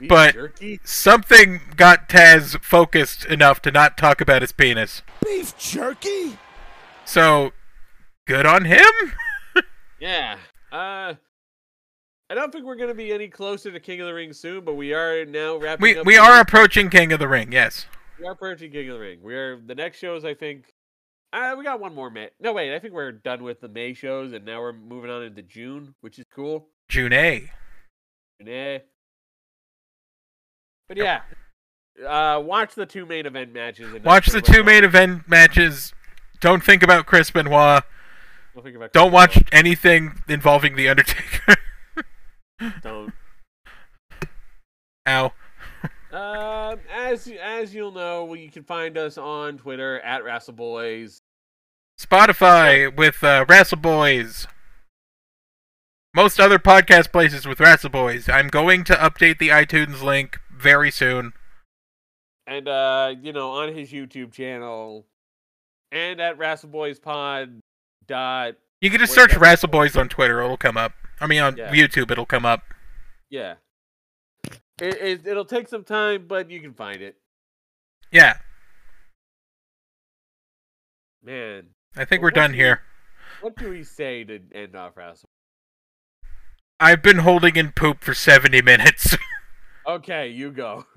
B: Beef
A: But-
B: jerky.
A: Something got Taz focused enough to not talk about his penis.
C: Beef jerky?
A: So, good on him.
B: Yeah. Uh, I don't think we're gonna be any closer to King of the Ring soon, but we are now wrapping
A: We
B: up.
A: we
B: the-
A: are approaching King of the Ring. Yes.
B: we are approaching King of the Ring. We are the next shows. I think. Uh, we got one more May. No wait, I think we're done with the May shows, and now we're moving on into June, which is cool.
A: June A.
B: Nah. But yeah, uh, watch the two main event matches. And
A: Watch the two main event matches. Don't think about Chris Benoit. Don't watch anything involving the Undertaker.
B: Don't.
A: Ow.
B: Um, as as you'll know, well, you can find us on Twitter at WrestleBoys.
A: Spotify with uh, Wrestle Boys. Most other podcast places with Wrestle Boys. I'm going to update the iTunes link very soon.
B: and uh, you know, on his YouTube channel, and at WrestleBoysPod dot
A: You can just
B: Where's
A: search
B: that?
A: Wrestle Boys on Twitter. It'll come up. I mean, on
B: Yeah.
A: YouTube, it'll come up.
B: yeah. It, it it'll take some time, but you can find it.
A: Yeah,
B: Man,
A: I think
B: Well,
A: we're
B: what
A: done
B: do-
A: here.
B: what do we say to end off Wrestle?
A: I've been holding in poop for 70 minutes.
B: Okay, you go.